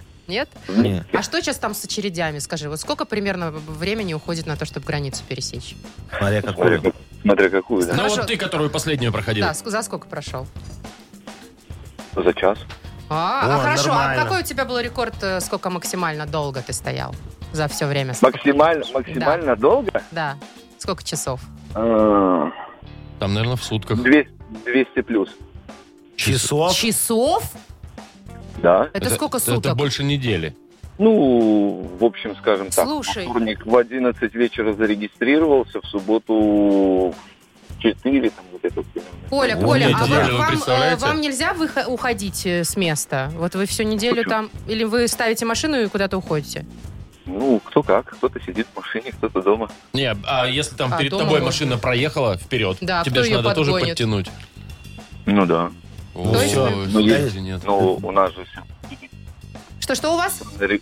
Speaker 3: Не.
Speaker 2: А что сейчас там с очередями, скажи? Вот сколько примерно времени уходит на то, чтобы границу пересечь?
Speaker 3: Смотри, как
Speaker 5: Смотря,
Speaker 3: круто.
Speaker 5: как- смотря какую, да.
Speaker 1: Ну
Speaker 2: Хорошо.
Speaker 1: вот ты, которую последнюю проходил.
Speaker 2: Да, ск- за сколько прошел?
Speaker 5: За час.
Speaker 2: А, а
Speaker 3: О,
Speaker 2: хорошо,
Speaker 3: нормально.
Speaker 2: а какой у тебя был рекорд, э, сколько максимально долго ты стоял за все время? Сколько-
Speaker 5: Максимально, максимально долго?
Speaker 2: Да. Сколько часов?
Speaker 5: Э,
Speaker 1: Там, наверное, в сутках.
Speaker 5: 200, 200 плюс.
Speaker 3: Часов.
Speaker 2: Часов?
Speaker 5: Да.
Speaker 2: Это, сколько
Speaker 1: это-
Speaker 2: суток?
Speaker 1: Это больше недели.
Speaker 5: Ну, в общем, скажем так.
Speaker 2: Слушай.
Speaker 5: во Вторник в 11 вечера зарегистрировался, в субботу в 4, там вот это примерно.
Speaker 2: Коля,
Speaker 1: Ой,
Speaker 2: Коля, а
Speaker 1: неделю,
Speaker 2: вам,
Speaker 1: вы
Speaker 2: вам, э,
Speaker 1: представляете?
Speaker 2: вам нельзя выхо- уходить э, с места? Вот вы всю неделю
Speaker 5: Почему?
Speaker 2: там... Или вы ставите машину и куда-то уходите?
Speaker 5: Ну, кто как. Кто-то сидит в машине, кто-то дома.
Speaker 1: Не, а если там
Speaker 2: А,
Speaker 1: перед
Speaker 2: дома
Speaker 1: тобой
Speaker 2: можно.
Speaker 1: машина проехала вперед,
Speaker 2: Да, а
Speaker 1: тебе
Speaker 2: кто
Speaker 1: же
Speaker 2: ее
Speaker 1: надо тоже
Speaker 2: подгонит?
Speaker 1: подтянуть.
Speaker 5: Ну да.
Speaker 1: О,
Speaker 2: есть
Speaker 1: всё,
Speaker 3: мы-
Speaker 1: всё,
Speaker 3: Ну, я-
Speaker 1: извините, нет.
Speaker 5: Ну, у нас же все
Speaker 2: Что-что у вас?
Speaker 5: Ре-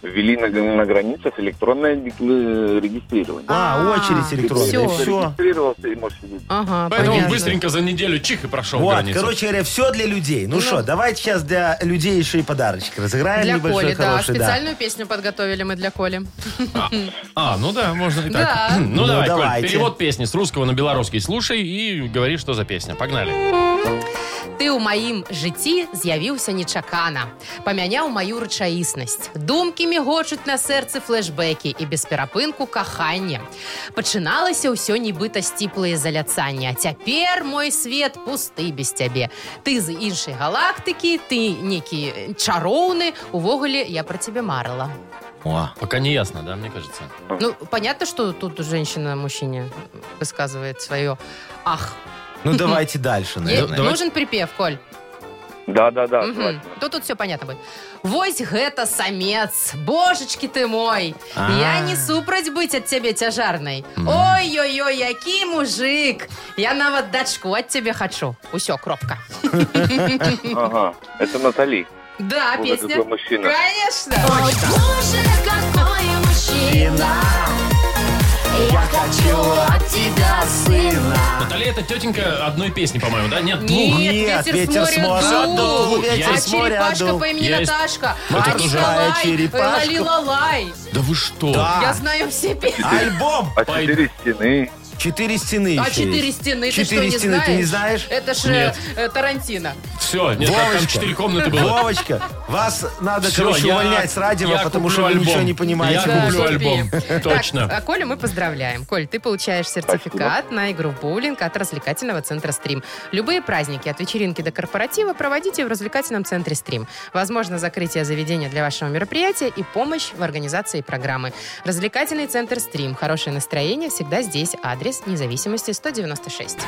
Speaker 5: ввели на, на границах электронное декла- регистрирование.
Speaker 3: А,
Speaker 2: А,
Speaker 3: очередь электронная.
Speaker 2: всё.
Speaker 3: Все.
Speaker 5: Зарегистрировался и можешь сидеть.
Speaker 2: Ага,
Speaker 1: Поэтому
Speaker 2: понятно.
Speaker 1: быстренько за неделю чих и прошел
Speaker 3: Вот,
Speaker 1: границу.
Speaker 3: короче говоря, все для людей. Ну что, давайте сейчас для людей еще и подарочек разыграем
Speaker 2: Для
Speaker 3: небольшой,
Speaker 2: Коли, да.
Speaker 3: хороший, да.
Speaker 2: Специальную песню подготовили мы для Коли.
Speaker 1: А, ну да, можно и так.
Speaker 2: Да.
Speaker 1: Ну,
Speaker 3: Ну,
Speaker 1: давай, Коль,
Speaker 3: давайте.
Speaker 1: перевод песни с русского на белорусский. Слушай и говори, что за песня. Погнали.
Speaker 2: Ты ў маім жыцці з'явіўся нечакана, памяняў маю рэчаіснасць. Думкі мігочуць на сэрцы флэшбэкі і без перапынку каханне. Пачыналася ўсё нібыта сціплае заляцанне, а цяпер мой свет пусты без цябе. Ты з іншай галактыкі, ты некі чароўны, увогуле я про цябе марыла.
Speaker 3: О,
Speaker 1: Пока не ясно, да, мне кажется.
Speaker 2: Ну понятно, что тут женщина мужчине высказывает свое ах.
Speaker 3: ну давайте дальше,
Speaker 2: Е-
Speaker 3: наверное.
Speaker 2: Нужен припев, Коль.
Speaker 5: Да, да, да.
Speaker 2: Мгм. То тут все понятно будет. Вось гэта самец, божечки ты мой. Я
Speaker 3: А.
Speaker 2: несу праць быць ад цябе цяжарнай. Ой-ой-ой, які мужик. Я нават дачку ад цябе хачу. Усё, кропка.
Speaker 5: Ага. Это Натали.
Speaker 2: Да,
Speaker 5: Вот
Speaker 2: песня.
Speaker 5: такой мужчина.
Speaker 2: Конечно.
Speaker 6: Ой, боже, какой мужчина, я хочу от тебя сына.
Speaker 1: Наталья, это тетенька одной песни, по-моему, да? Нет, двух.
Speaker 2: Нет,
Speaker 3: Нет,
Speaker 2: ветер с моря дул.
Speaker 3: ветер
Speaker 2: А
Speaker 3: с моря
Speaker 2: черепашка
Speaker 3: дул.
Speaker 2: по имени
Speaker 1: Есть.
Speaker 2: Наташка.
Speaker 1: Вот
Speaker 2: А
Speaker 1: это тоже.
Speaker 3: А,
Speaker 2: лай
Speaker 3: черепашка. А.
Speaker 2: лалилалай.
Speaker 1: Да вы что?
Speaker 3: Да.
Speaker 2: Я знаю все песни.
Speaker 3: Альбом.
Speaker 5: А
Speaker 1: Пой-
Speaker 5: четыре стены.
Speaker 3: Четыре стены
Speaker 2: А
Speaker 3: еще есть.
Speaker 2: четыре стены, ты что,
Speaker 3: Четыре
Speaker 2: не
Speaker 3: стены,
Speaker 2: знаешь?
Speaker 3: ты не знаешь?
Speaker 2: Это же
Speaker 1: Нет.
Speaker 2: Тарантино.
Speaker 1: Все, нет, там- там
Speaker 3: Вовочка.
Speaker 1: четыре комнаты было.
Speaker 3: Вовочка, вас надо,
Speaker 1: Всё,
Speaker 3: короче,
Speaker 1: я-
Speaker 3: увольнять с радио,
Speaker 1: я
Speaker 3: потому что вы
Speaker 1: куплю альбом.
Speaker 3: ничего не понимаете.
Speaker 1: Я
Speaker 2: Да,
Speaker 1: куплю
Speaker 2: купи.
Speaker 1: альбом. Точно.
Speaker 2: Э, [LAUGHS] Так, а Колю мы поздравляем. Коль, ты получаешь сертификат на игру в боулинг от развлекательного центра «Стрим». Любые праздники от вечеринки до корпоратива проводите в развлекательном центре «Стрим». Возможно, закрытие заведения для вашего мероприятия и помощь в организации программы. Развлекательный центр «Стрим». Хорошее настроение всегда здесь. Адрес независимости 196.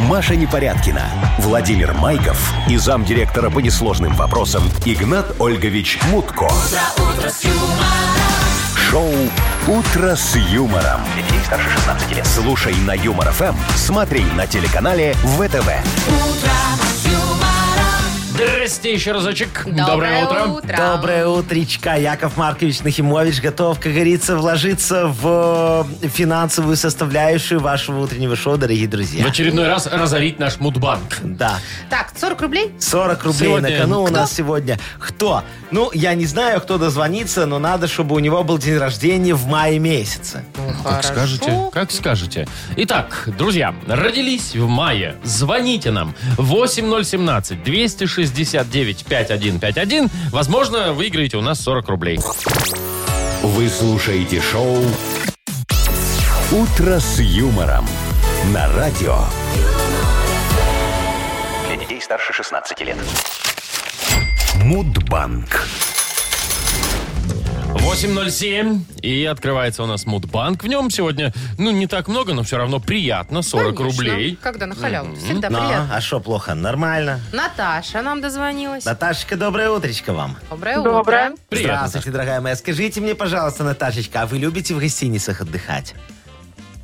Speaker 4: Маша Непорядкина, Владимир Майков и замдиректора по несложным вопросам Игнат Ольгович Мутко. Шоу Утро с юмором.
Speaker 7: Детей старше 16 лет.
Speaker 4: Слушай на Юмор ФМ, смотри на телеканале ВТВ.
Speaker 1: Здрасте еще разочек.
Speaker 2: Доброе утро.
Speaker 3: Доброе утречко. Яков Маркович Нахимович готов, как говорится, вложиться в э, финансовую составляющую вашего утреннего шоу, дорогие друзья.
Speaker 1: В очередной раз разорить наш мудбанк.
Speaker 3: Да.
Speaker 2: Так, 40 рублей?
Speaker 3: 40 рублей
Speaker 1: Сегодня
Speaker 3: на кону у
Speaker 1: кто?
Speaker 3: нас сегодня. Кто? Ну, я не знаю, кто дозвонится, но надо, чтобы у него был день рождения в мае месяце.
Speaker 2: Ну,
Speaker 1: Как скажете, как скажете. Итак, друзья, родились в мае. Звоните нам 8017-269-5151. Возможно, выиграете у нас 40 рублей.
Speaker 4: Вы слушаете шоу Утро с юмором на радио.
Speaker 7: Для детей старше 16 лет.
Speaker 4: Мудбанк.
Speaker 1: 8.07. И открывается у нас Мудбанк. В нем сегодня, ну, не так много, но все равно приятно. 40
Speaker 2: Конечно.
Speaker 1: рублей.
Speaker 2: Когда на халяву. Всегда
Speaker 3: Ну,
Speaker 2: приятно.
Speaker 3: а что плохо? Нормально.
Speaker 2: Наташа нам дозвонилась.
Speaker 3: Наташечка, доброе утречко вам.
Speaker 2: Доброе утро.
Speaker 1: Приятно.
Speaker 3: Здравствуйте, дорогая моя. Скажите мне, пожалуйста, Наташечка, а вы любите в гостиницах отдыхать?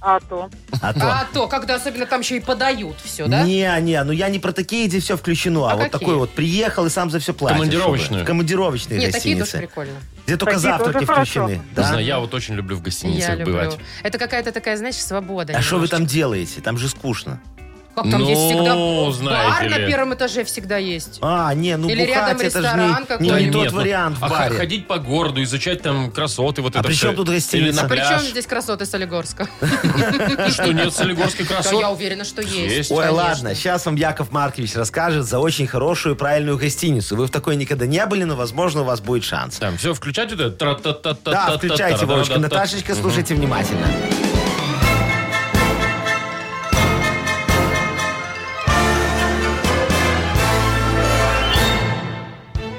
Speaker 8: А то.
Speaker 3: А то...
Speaker 2: А то, когда особенно там еще и подают все, да?
Speaker 3: Не, не, ну я не про такие, где все включено, а,
Speaker 2: А
Speaker 3: вот
Speaker 2: какие?
Speaker 3: такой вот приехал и сам за все платишь.
Speaker 1: Командировочную?
Speaker 3: В командировочные
Speaker 2: Нет, такие тоже
Speaker 3: гостиницы.
Speaker 2: прикольно.
Speaker 3: где только
Speaker 8: Такие тоже
Speaker 3: завтраки
Speaker 8: хорошо.
Speaker 3: включены.
Speaker 1: Не
Speaker 3: да? А
Speaker 1: знаю, я вот очень люблю в гостиницах
Speaker 2: Я люблю.
Speaker 1: бывать.
Speaker 2: Это какая-то такая, знаешь, свобода.
Speaker 3: А что вы
Speaker 2: немножечко.
Speaker 3: там делаете? Там же скучно.
Speaker 2: Как там есть
Speaker 1: Ну,
Speaker 2: всегда
Speaker 1: знаете
Speaker 2: бар на
Speaker 1: ли.
Speaker 2: первом этаже всегда есть.
Speaker 3: А, не, ну
Speaker 2: Или рядом
Speaker 3: бухать, это же
Speaker 2: ресторан
Speaker 3: не- не,
Speaker 2: какой-нибудь.
Speaker 3: не
Speaker 1: Да
Speaker 3: тот
Speaker 1: нет, ну,
Speaker 3: вариант в
Speaker 1: а х-
Speaker 3: баре.
Speaker 1: ходить по городу, изучать там красоты, вот
Speaker 3: А
Speaker 1: это
Speaker 3: при
Speaker 1: все.
Speaker 3: чем тут
Speaker 1: Или
Speaker 3: гостиница?
Speaker 1: на
Speaker 3: А при
Speaker 2: Причем
Speaker 1: пляж.
Speaker 2: здесь красоты Солигорска?
Speaker 1: Что,
Speaker 2: [LAUGHS]
Speaker 1: нет солигорских
Speaker 2: Да,
Speaker 1: красот?
Speaker 2: я уверена, что есть.
Speaker 1: Есть.
Speaker 3: Ой,
Speaker 2: Конечно.
Speaker 3: ладно, сейчас вам Яков Маркович расскажет за очень хорошую и правильную гостиницу. Вы в такой никогда не были, но, возможно, у вас будет шанс.
Speaker 1: Там все, включать вот это? Тра-та-та-та-та-та-та-та.
Speaker 3: Да, включайте, Вовочка. Наташечка, слушайте внимательно.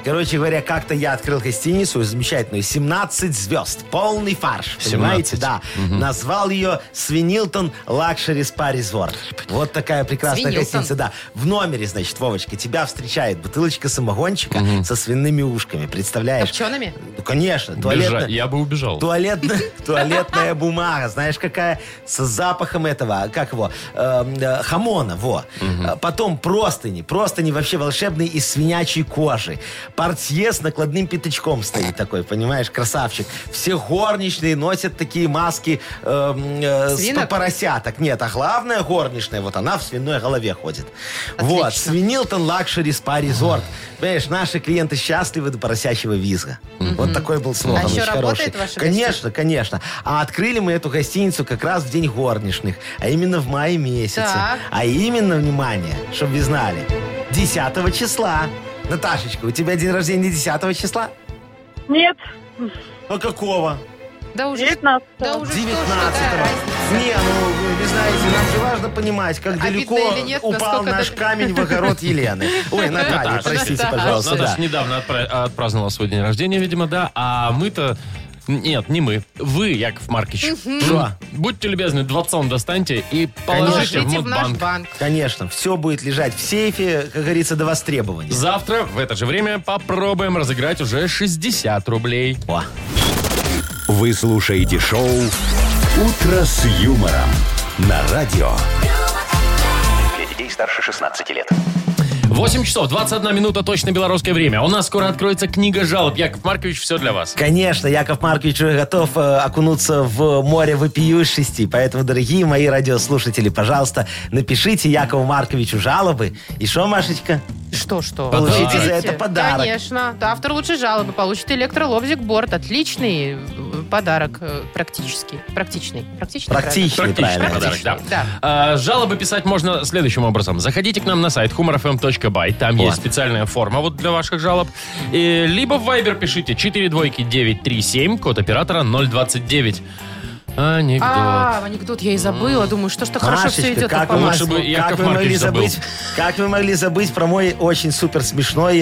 Speaker 3: Короче говоря, как-то я открыл гостиницу замечательную, 17 звезд, полный фарш,
Speaker 1: 17.
Speaker 3: понимаете, да. Назвал ее Свинилтон Лакшери Спа Резорт. Вот такая прекрасная
Speaker 2: Свинилтон.
Speaker 3: гостиница, да. В номере, значит, Вовочка, тебя встречает бутылочка самогончика со свиными ушками, представляешь?
Speaker 2: Копчеными?
Speaker 3: Ну, конечно,
Speaker 1: Бежать.
Speaker 3: туалетная,
Speaker 1: Я бы убежал.
Speaker 3: туалетная, [LAUGHS] туалетная бумага, знаешь, какая с запахом этого, а как его, эм, э, хамона, во. А Потом простыни, простыни вообще волшебные из свинячьей кожи. Портье с накладным пятачком стоит такой, понимаешь, красавчик. Все горничные носят такие маски эм, э, с
Speaker 2: Свинок?
Speaker 3: поросяток. Нет, а главная горничная, вот она в свиной голове ходит. Вот,
Speaker 2: Отлично.
Speaker 3: Свинилтон Лакшери Спа Резорт. Понимаешь, наши клиенты счастливы до поросячьего визга. Вот такой был слоган.
Speaker 2: А еще
Speaker 3: очень
Speaker 2: работает
Speaker 3: хороший.
Speaker 2: ваша
Speaker 3: Конечно, конечно. А открыли мы эту гостиницу как раз в день горничных, а именно в мае месяце.
Speaker 2: Так.
Speaker 3: А именно, внимание, чтобы вы знали, 10 числа. Наташечка, у тебя день рождения 10 числа?
Speaker 8: Нет,
Speaker 3: А какого?
Speaker 2: Да уже,
Speaker 8: 19
Speaker 2: да уже что,
Speaker 3: 19
Speaker 2: что, да, разница. А
Speaker 3: Не, ну, вы знаете, нам же важно понимать, как
Speaker 2: Обидно
Speaker 3: далеко
Speaker 2: или нет,
Speaker 3: упал
Speaker 2: насколько
Speaker 3: наш
Speaker 2: это-
Speaker 3: камень в
Speaker 2: [LAUGHS]
Speaker 3: огород Елены. Ой, Наталья,
Speaker 1: Наташа.
Speaker 3: простите,
Speaker 2: Наташа.
Speaker 1: Вот
Speaker 3: пожалуйста.
Speaker 1: Наташа
Speaker 3: да.
Speaker 1: недавно отпра- отпраздновала свой день рождения, видимо, да. А мы-то... Нет, не мы. Вы, Яков Маркич.
Speaker 3: Что?
Speaker 1: Будьте любезны, двадцон достаньте и положите
Speaker 2: Положите
Speaker 1: в
Speaker 2: в наш
Speaker 1: Мудбанк.
Speaker 2: банк.
Speaker 3: Конечно, все будет лежать в сейфе, как говорится, до востребования.
Speaker 1: Завтра в это же время попробуем разыграть уже 60 рублей.
Speaker 3: О.
Speaker 4: Вы слушаете шоу Утро с юмором на радио.
Speaker 7: Для детей старше 16 лет.
Speaker 1: 8 часов 21 минута точно белорусское время. У нас скоро откроется книга жалоб. Яков Маркович, все для вас.
Speaker 3: Конечно, Яков Маркович уже готов э, окунуться в море вопиющести. Поэтому, дорогие мои радиослушатели, пожалуйста, напишите Якову Марковичу жалобы. И что, Машечка?
Speaker 2: Что, что?
Speaker 1: Получите
Speaker 2: Вы
Speaker 3: за
Speaker 2: видите?
Speaker 3: это подарок.
Speaker 2: Конечно. Да, Автор лучшей жалобы получит электролобзик борт. Отличный э, подарок. э, Практический. Практичный. Практичный.
Speaker 3: Практичный,
Speaker 1: Практичный
Speaker 3: правильно.
Speaker 1: подарок, да.
Speaker 2: Да.
Speaker 1: А, жалобы писать можно следующим образом. Заходите к нам на сайт humorfm.by. Там
Speaker 3: Вот.
Speaker 1: есть специальная форма вот для ваших жалоб. И либо в Viber пишите 42937, код оператора 029. Анекдот.
Speaker 2: А, анекдот я и забыла. Думаю, что что хорошо а все
Speaker 3: Машечка,
Speaker 2: идет
Speaker 3: как
Speaker 2: по
Speaker 3: вы,
Speaker 1: Лучше
Speaker 2: маслу.
Speaker 1: бы Яков
Speaker 3: как вы
Speaker 1: Маркович
Speaker 3: могли
Speaker 1: забыл.
Speaker 3: забыть, как вы могли забыть про мой очень супер смешной и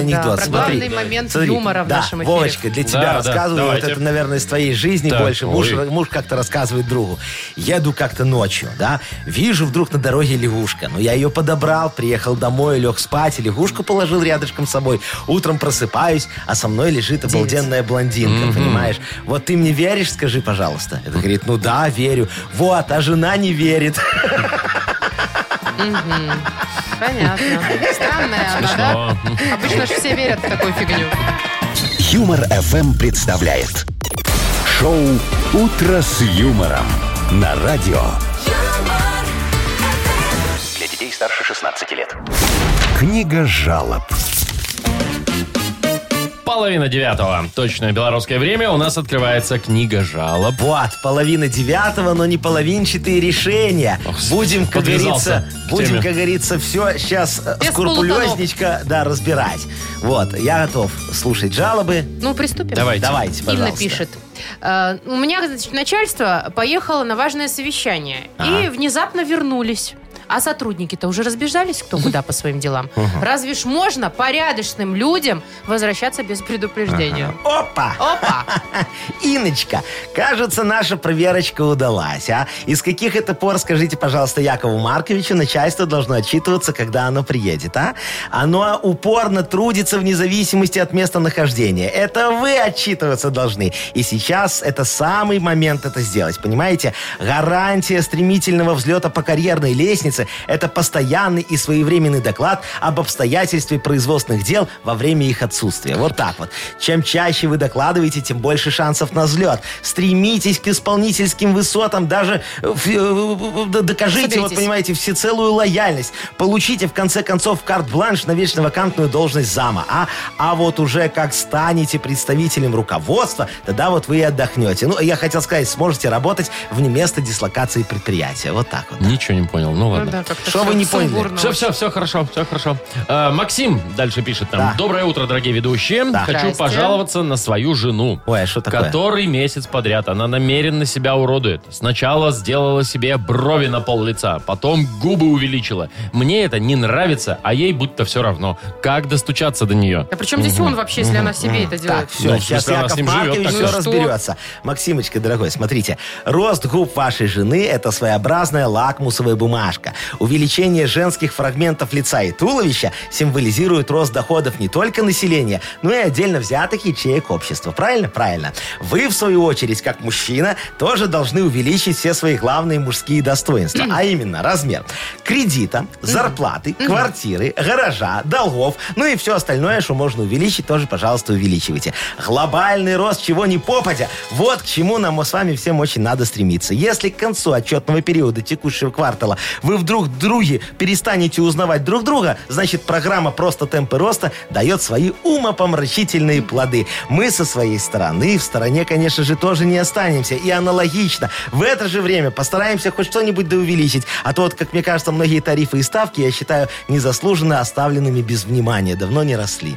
Speaker 2: Да, да,
Speaker 3: анекдот?
Speaker 2: про
Speaker 3: Смотри,
Speaker 2: главный момент
Speaker 3: смотри,
Speaker 2: юмора в
Speaker 3: да,
Speaker 2: нашем эфире.
Speaker 3: Вовочка, для тебя
Speaker 1: Да, да,
Speaker 3: рассказываю,
Speaker 1: давайте.
Speaker 3: вот это, наверное, из твоей жизни
Speaker 1: Так,
Speaker 3: больше. Муж,
Speaker 1: ой.
Speaker 3: муж как-то рассказывает другу. Еду как-то ночью, да, вижу вдруг на дороге лягушка. Ну, я ее подобрал, приехал домой, лег спать, и лягушку положил рядышком с собой. Утром просыпаюсь, а со мной лежит обалденная блондинка, понимаешь? Вот ты мне веришь, скажи, пожалуйста. Это говорит, ну да, верю. Вот, а жена не верит.
Speaker 2: Понятно. Странная она, да? Обычно же все верят в такую фигню.
Speaker 4: Юмор FM представляет шоу Утро с юмором на радио.
Speaker 6: юмор,
Speaker 7: Для детей старше 16 лет.
Speaker 4: Книга жалоб.
Speaker 1: Половина девятого. Точное белорусское время. У нас открывается книга жалоб.
Speaker 3: Вот, половина девятого, но не половинчатые решения.
Speaker 1: Ох,
Speaker 3: будем, как
Speaker 1: подвязался
Speaker 3: говорится,
Speaker 1: к теме.
Speaker 3: будем, как говорится, все сейчас
Speaker 2: Без
Speaker 3: скрупулезничко да, разбирать. Вот, я готов слушать жалобы.
Speaker 2: Ну, приступим.
Speaker 1: Давайте.
Speaker 3: Давайте,
Speaker 2: Инна
Speaker 3: пожалуйста.
Speaker 2: пишет. «Э, У меня, значит, начальство поехало на важное совещание. И внезапно вернулись. А сотрудники-то уже разбежались кто куда по своим делам. Разве ж можно порядочным людям возвращаться без предупреждения?
Speaker 3: Опа!
Speaker 2: Опа!
Speaker 3: [LAUGHS] Иночка, кажется, наша проверочка удалась, а? Из каких это пор, скажите, пожалуйста, Якову Марковичу, начальство должно отчитываться, когда оно приедет, а? Оно упорно трудится вне зависимости от местонахождения. Это вы отчитываться должны. И сейчас это самый момент это сделать, понимаете? Гарантия стремительного взлета по карьерной лестнице – это постоянный и своевременный доклад об обстоятельстве производственных дел во время их отсутствия. Вот так вот. Чем чаще вы докладываете, тем больше шансов на взлет. Стремитесь к исполнительским высотам, даже э, в- э, д- докажите, вот
Speaker 2: Соберитесь.
Speaker 3: понимаете, всецелую лояльность. Получите, в конце концов, карт-бланш на вечно вакантную должность зама. А, а вот уже как станете представителем руководства, тогда вот вы и отдохнете. Ну, я хотел сказать, сможете работать вне места дислокации предприятия. Вот так вот.
Speaker 1: Ничего не понял. Ну ладно.
Speaker 3: Что вы не поняли?
Speaker 1: Все, все, все хорошо, все хорошо. Э, Максим дальше пишет нам.
Speaker 3: Да.
Speaker 1: Доброе утро, дорогие ведущие. Хочу
Speaker 2: Здрасте.
Speaker 1: пожаловаться на свою жену.
Speaker 3: Ой, а что такое?
Speaker 1: Который месяц подряд она намеренно себя уродует. Сначала сделала себе брови на пол лица, потом губы увеличила. Мне это не нравится, а ей будто все равно. Как достучаться до нее?
Speaker 2: А при чем здесь он вообще, если она себе это делает?
Speaker 3: Так, все,
Speaker 1: Ну, в
Speaker 3: сейчас
Speaker 1: смысле, она с
Speaker 3: Яков
Speaker 1: ним живет,
Speaker 3: Маркович
Speaker 1: так
Speaker 3: все
Speaker 1: что?
Speaker 3: разберется. Максимочка, дорогой, смотрите. Рост губ вашей жены – это своеобразная лакмусовая бумажка. Увеличение женских фрагментов лица и туловища символизирует рост доходов не только населения, но и отдельно взятых ячеек общества. Правильно? Правильно. Вы, в свою очередь, как мужчина, тоже должны увеличить все свои главные мужские достоинства, а именно размер кредита, зарплаты, квартиры, гаража, долгов, ну и все остальное, что можно увеличить, тоже, пожалуйста, увеличивайте. Глобальный рост чего не попадя. Вот к чему нам с вами всем очень надо стремиться. Если к концу отчетного периода текущего квартала вы вдруг други перестанете узнавать друг друга, значит, программа «Просто темпы роста» дает свои умопомрачительные плоды. Мы со своей стороны в стороне, конечно же, тоже не останемся. И аналогично. В это же время постараемся хоть что-нибудь да увеличить. А то, вот, как мне кажется, многие тарифы и ставки, я считаю, незаслуженно оставленными без внимания. Давно не росли.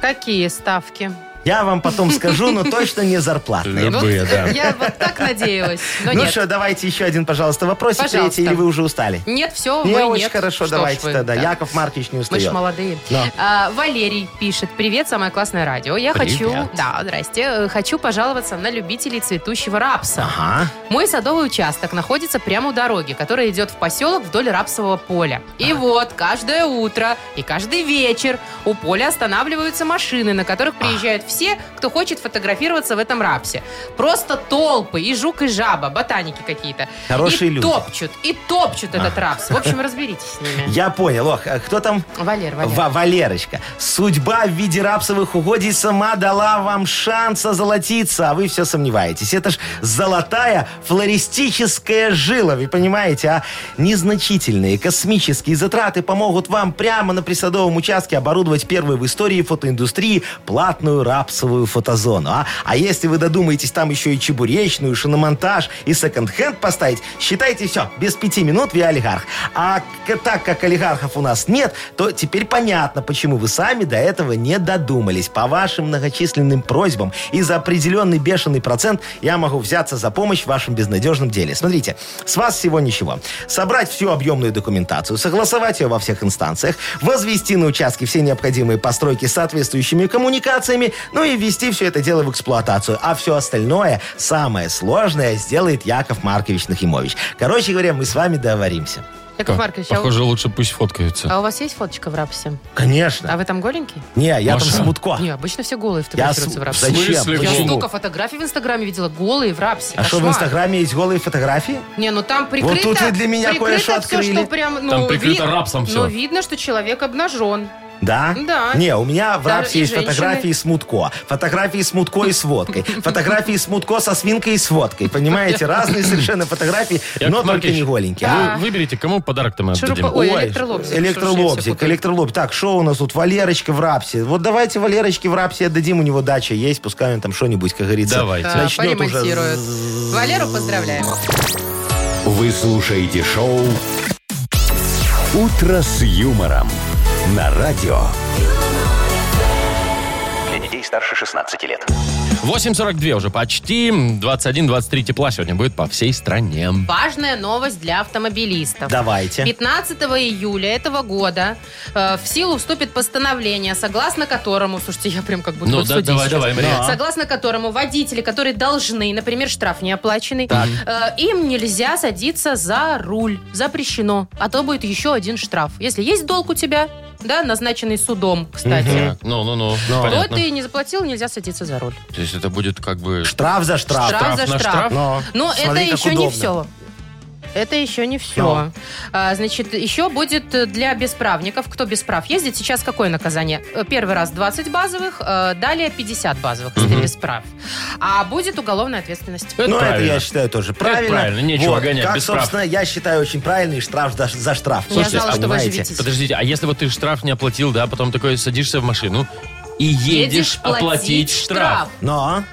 Speaker 2: Какие ставки?
Speaker 3: Я вам потом скажу, но точно не зарплатные.
Speaker 1: Любые,
Speaker 2: Вот Я вот так надеялась, но
Speaker 3: Ну
Speaker 2: нет.
Speaker 3: что, давайте еще один, пожалуйста, вопросик.
Speaker 2: Пожалуйста.
Speaker 3: Третий, или вы уже устали?
Speaker 2: Нет, все,
Speaker 3: Не,
Speaker 2: вы
Speaker 3: очень
Speaker 2: нет.
Speaker 3: хорошо,
Speaker 2: Что ж
Speaker 3: давайте
Speaker 2: вы,
Speaker 3: тогда.
Speaker 2: да.
Speaker 3: Яков Маркович не
Speaker 2: Мы ж
Speaker 3: устает.
Speaker 2: молодые.
Speaker 3: Да.
Speaker 2: А, Валерий пишет. Привет, самое классное радио. Я
Speaker 1: Привет.
Speaker 2: хочу... Да, здрасте. Э, Хочу пожаловаться на любителей цветущего рапса.
Speaker 3: Ага.
Speaker 2: Мой садовый участок находится прямо у дороги, которая идет в поселок вдоль рапсового поля. И вот, каждое утро и каждый вечер у поля останавливаются машины, на которых приезжают все, кто хочет фотографироваться в этом рапсе. Просто толпы, и жук, и жаба, ботаники какие-то.
Speaker 3: Хорошие
Speaker 2: и
Speaker 3: люди.
Speaker 2: топчут, и топчут этот рапс. В общем, разберитесь с ними.
Speaker 3: Я понял. Ох, а кто там?
Speaker 2: Валер, Валер.
Speaker 3: Ва- Валерочка, судьба в виде рапсовых угодий сама дала вам шанс озолотиться, а вы все сомневаетесь. Это ж золотая флористическая жила, вы понимаете, а? Незначительные космические затраты помогут вам прямо на присадовом участке оборудовать первую в истории фотоиндустрии платную рапсовую лапсовую фотозону, а? А если вы додумаетесь там еще и чебуречную, и шиномонтаж, и секонд-хенд поставить, считайте все, без пяти минут вы олигарх. А к- так как олигархов у нас нет, то теперь понятно, почему вы сами до этого не додумались. По вашим многочисленным просьбам и за определенный бешеный процент я могу взяться за помощь в вашем безнадежном деле. Смотрите, с вас всего ничего. Собрать всю объемную документацию, согласовать ее во всех инстанциях, возвести на участке все необходимые постройки с соответствующими коммуникациями, ну и ввести все это дело в эксплуатацию. А все остальное, самое сложное, сделает Яков Маркович Нахимович. Короче говоря, мы с вами договоримся.
Speaker 2: Яков Маркович, а у-
Speaker 1: Похоже, лучше пусть фоткаются.
Speaker 2: а у вас есть фоточка в рапсе? А
Speaker 3: Конечно.
Speaker 2: вы там голенький?
Speaker 3: Не, я
Speaker 1: Маша.
Speaker 3: там смутко.
Speaker 2: Не, обычно все голые
Speaker 3: А. Я с-
Speaker 2: фотографируются в рапсе.
Speaker 1: зачем?
Speaker 3: Зачем?
Speaker 1: смысле
Speaker 2: Я
Speaker 1: голые?
Speaker 3: Почему?
Speaker 2: столько фотографий в Инстаграме видела, голые в рапсе.
Speaker 3: А что, в
Speaker 2: Кошмар.
Speaker 3: Инстаграме есть голые фотографии?
Speaker 2: Не, ну там прикрыто...
Speaker 3: тут вы для меня
Speaker 2: прикрыто
Speaker 3: кое-что
Speaker 2: всё,
Speaker 3: открыли.
Speaker 2: что прям, ну,
Speaker 1: Там прикрыто
Speaker 2: ви-
Speaker 1: рапсом всё.
Speaker 2: Но видно, что человек обнажен.
Speaker 3: Да?
Speaker 2: Да.
Speaker 3: Не, у меня в
Speaker 2: Даже
Speaker 3: рапсе
Speaker 2: и
Speaker 3: есть
Speaker 2: женщины.
Speaker 3: фотографии с Мутко, фотографии с Мутко и с
Speaker 2: [LAUGHS]
Speaker 3: водкой, фотографии с Мутко со свинкой и с водкой. Понимаете, разные совершенно фотографии,
Speaker 1: Яков
Speaker 3: но только
Speaker 1: Маркович,
Speaker 3: не голенькие.
Speaker 2: Да.
Speaker 3: а?
Speaker 1: Вы выберите, кому подарок-то мы
Speaker 2: Шурупа-
Speaker 1: отдадим.
Speaker 2: Ой, электролобзик. Слушай, я всё
Speaker 3: Электролобзик,
Speaker 2: путаю.
Speaker 3: электролобзик. Так, что у нас тут? Валерочка в рапсе. Вот давайте Валерочке в рапсе отдадим, у него дача есть, пускай он там что-нибудь, как говорится,
Speaker 1: Давайте.
Speaker 2: Да,
Speaker 3: начнет уже.
Speaker 2: поремонтируют.
Speaker 3: з-
Speaker 2: Валеру поздравляем.
Speaker 4: Вы слушаете шоу «Утро с юмором» на радио.
Speaker 7: Для детей старше 16 лет.
Speaker 1: 8.42 уже почти. 21-23 тепла сегодня будет по всей стране.
Speaker 3: Хм.
Speaker 2: Важная новость для автомобилистов.
Speaker 3: Давайте.
Speaker 2: 15 июля этого года э, в силу вступит постановление, согласно которому, слушайте, я прям как будто
Speaker 1: Ну,
Speaker 2: в
Speaker 1: да,
Speaker 2: суде
Speaker 1: давай,
Speaker 2: сейчас.
Speaker 1: давай, Мария.
Speaker 3: Да.
Speaker 2: Согласно которому водители, которые должны, например, штраф неоплаченный, э, им нельзя садиться за руль. Запрещено. А то будет еще один штраф. Если есть долг у тебя, да, назначенный судом, кстати,
Speaker 1: Так, Ну-ну-ну,
Speaker 2: то
Speaker 3: Но.
Speaker 1: понятно.
Speaker 2: ты не заплатил, нельзя садиться за руль.
Speaker 1: То есть это будет как бы...
Speaker 3: Штраф за штраф.
Speaker 2: Штраф за
Speaker 1: А, на
Speaker 2: штраф.
Speaker 3: Но,
Speaker 2: Но
Speaker 3: смотри,
Speaker 2: Ну, это
Speaker 3: как
Speaker 2: еще не
Speaker 3: удобно.
Speaker 2: все. Это еще не все.
Speaker 3: Но.
Speaker 2: значит, еще будет э, для бесправников, кто без прав ездит, сейчас какое наказание? Э, Первый раз 20 базовых, э, далее 50 базовых, если без прав. А будет уголовная ответственность.
Speaker 1: Это
Speaker 3: Ну, это
Speaker 1: правильно.
Speaker 3: я считаю тоже правильно.
Speaker 1: правильно, нечего гонять
Speaker 3: Как,
Speaker 1: без прав.
Speaker 3: собственно, я считаю очень правильный штраф за, за штраф. а
Speaker 2: Я знала, что вы
Speaker 3: понимаете?
Speaker 2: оживитесь.
Speaker 1: Подождите, а если вот ты штраф не оплатил, да, потом такой садишься в машину и едешь,
Speaker 2: Едешь
Speaker 1: оплатить
Speaker 2: платить
Speaker 1: штраф.
Speaker 3: Но,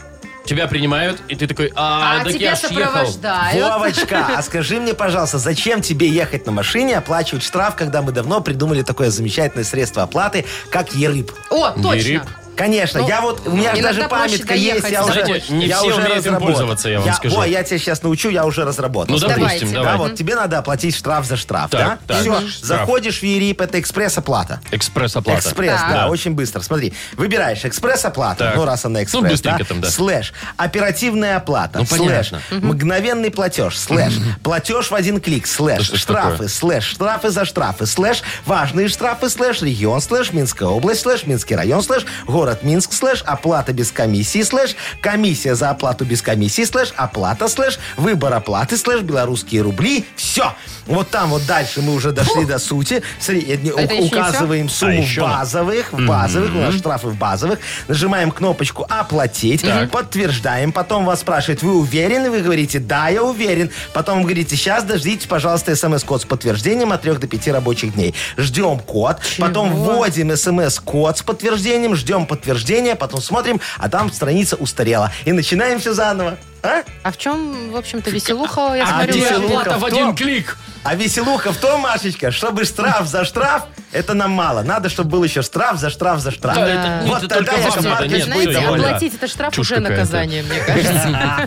Speaker 1: Тебя принимают, и ты такой, а,
Speaker 2: А,
Speaker 1: так я
Speaker 2: тебя
Speaker 1: ж ехал.
Speaker 2: сопровождают.
Speaker 3: Вовочка, а скажи мне, пожалуйста, зачем тебе ехать на машине, оплачивать штраф, когда мы давно придумали такое замечательное средство оплаты, как ЕРЫП?
Speaker 2: О,
Speaker 1: Гирип.
Speaker 2: точно.
Speaker 3: Конечно,
Speaker 2: Ну,
Speaker 3: я вот, у меня же
Speaker 2: иногда
Speaker 3: даже
Speaker 2: проще
Speaker 3: памятка есть,
Speaker 2: доехать.
Speaker 3: я уже,
Speaker 1: Знаете, не
Speaker 3: я
Speaker 1: все
Speaker 3: уже
Speaker 1: умеют им
Speaker 3: разработал.
Speaker 1: пользоваться, я вам скажу.
Speaker 3: Ой, я тебя сейчас научу, я уже разработал.
Speaker 1: Ну,
Speaker 3: Смотри,
Speaker 1: допустим,
Speaker 2: Давайте.
Speaker 3: Да,
Speaker 1: давай.
Speaker 3: вот тебе надо оплатить штраф за штраф,
Speaker 1: Так,
Speaker 3: да?
Speaker 1: так,
Speaker 3: Все,
Speaker 1: штраф.
Speaker 3: заходишь в ЕРИП, это экспресс-оплата.
Speaker 1: Экспресс-оплата.
Speaker 3: Экспресс, да,
Speaker 1: Да.
Speaker 3: очень быстро. Смотри, выбираешь экспресс-оплату,
Speaker 1: Так.
Speaker 3: ну раз она
Speaker 1: Ну,
Speaker 3: экспресс,
Speaker 1: быстренько
Speaker 3: да,
Speaker 1: там, да.
Speaker 3: слэш, оперативная оплата,
Speaker 1: Ну,
Speaker 3: слэш,
Speaker 1: понятно.
Speaker 3: мгновенный платеж, слэш, платеж в один клик,
Speaker 1: Да
Speaker 3: слэш,
Speaker 1: что ж
Speaker 3: штрафы,
Speaker 1: такое?
Speaker 3: слэш, штрафы за штрафы, слэш, важные штрафы, слэш, регион, слэш, Минская область, слэш, Минский район, слэш, город Минск, слэш, оплата без комиссии, слэш, комиссия за оплату без комиссии, слэш, оплата, слэш, выбор оплаты, слэш, белорусские рубли, все. Вот там вот дальше мы уже дошли до сути. Смотри, я не-
Speaker 2: Это еще не все?
Speaker 3: указываем
Speaker 1: А,
Speaker 3: сумму в
Speaker 1: еще надо.
Speaker 3: базовых, в базовых, у нас штрафы в базовых, нажимаем кнопочку «Оплатить», подтверждаем, потом вас спрашивают, вы уверены? Вы говорите «Да, я уверен». Потом вы говорите «Сейчас дождитесь, пожалуйста, смс-код с подтверждением от 3 до 5 рабочих дней». Ждем код, потом вводим смс-код с подтверждением, ждем подтверждения, потом смотрим, а там страница устарела. И начинаем все заново. А?
Speaker 2: А в чем, в общем-то, веселуха? Я
Speaker 3: А
Speaker 1: А
Speaker 2: смотрю,
Speaker 1: где
Speaker 3: где
Speaker 2: уже-
Speaker 3: веселуха?
Speaker 1: оплата в
Speaker 3: в
Speaker 1: один
Speaker 3: том?
Speaker 1: клик?
Speaker 3: А веселуха в том, Машечка, чтобы штраф за штраф, это нам мало. Надо, чтобы был еще штраф за штраф за штраф.
Speaker 1: Да, это-
Speaker 3: Вот
Speaker 1: это
Speaker 3: тогда
Speaker 1: только
Speaker 3: Яков
Speaker 1: вам надо. Нет,
Speaker 3: Маркович будет
Speaker 2: Знаете,
Speaker 1: всё,
Speaker 3: доволен.
Speaker 1: довольно.
Speaker 2: оплатить это штраф
Speaker 1: Чушь
Speaker 2: уже
Speaker 1: какая-то.
Speaker 2: наказание, мне кажется.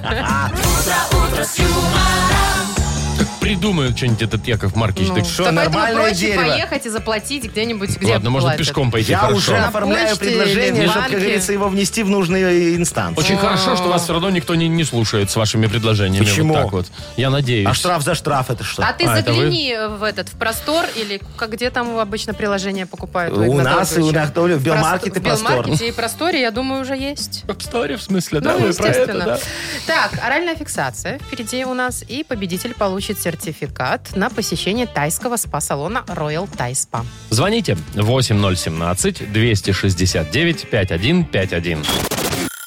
Speaker 1: Так придумают что-нибудь этот Яков Маркич.
Speaker 2: Ну,
Speaker 1: так что?
Speaker 3: Что,
Speaker 2: так поэтому
Speaker 3: нормальное
Speaker 2: проще
Speaker 3: дерево?
Speaker 2: поехать и заплатить где-нибудь, где
Speaker 1: Ладно, можно
Speaker 2: платят.
Speaker 1: пешком пойти,
Speaker 3: Я
Speaker 1: хорошо.
Speaker 3: уже оформляю
Speaker 2: почте или
Speaker 3: предложение,
Speaker 2: в
Speaker 3: чтобы,
Speaker 2: банке.
Speaker 3: как говорится, его внести в нужные инстанции.
Speaker 1: Очень хорошо, что вас все равно никто не, не слушает с вашими предложениями.
Speaker 3: Почему?
Speaker 1: Вот так вот. Я надеюсь.
Speaker 3: А штраф за штраф это что?
Speaker 2: А ты
Speaker 1: А, это вы?
Speaker 2: загляни в этот, в простор, или как, где там обычно приложение покупают?
Speaker 3: У
Speaker 2: Игната
Speaker 3: нас и у
Speaker 2: Ольговича?
Speaker 3: Нахтовля в Белмаркет и
Speaker 2: Прост- В
Speaker 3: Простор.
Speaker 2: Белмаркете и просторе, я думаю, уже есть.
Speaker 1: В истории, в смысле, да?
Speaker 2: ну,
Speaker 1: вы про это,
Speaker 2: естественно.
Speaker 1: да?
Speaker 2: Так, оральная фиксация впереди у нас. И победитель получит сертификат на посещение тайского спа-салона Royal Thai Spa.
Speaker 1: Звоните 8017-269-5151.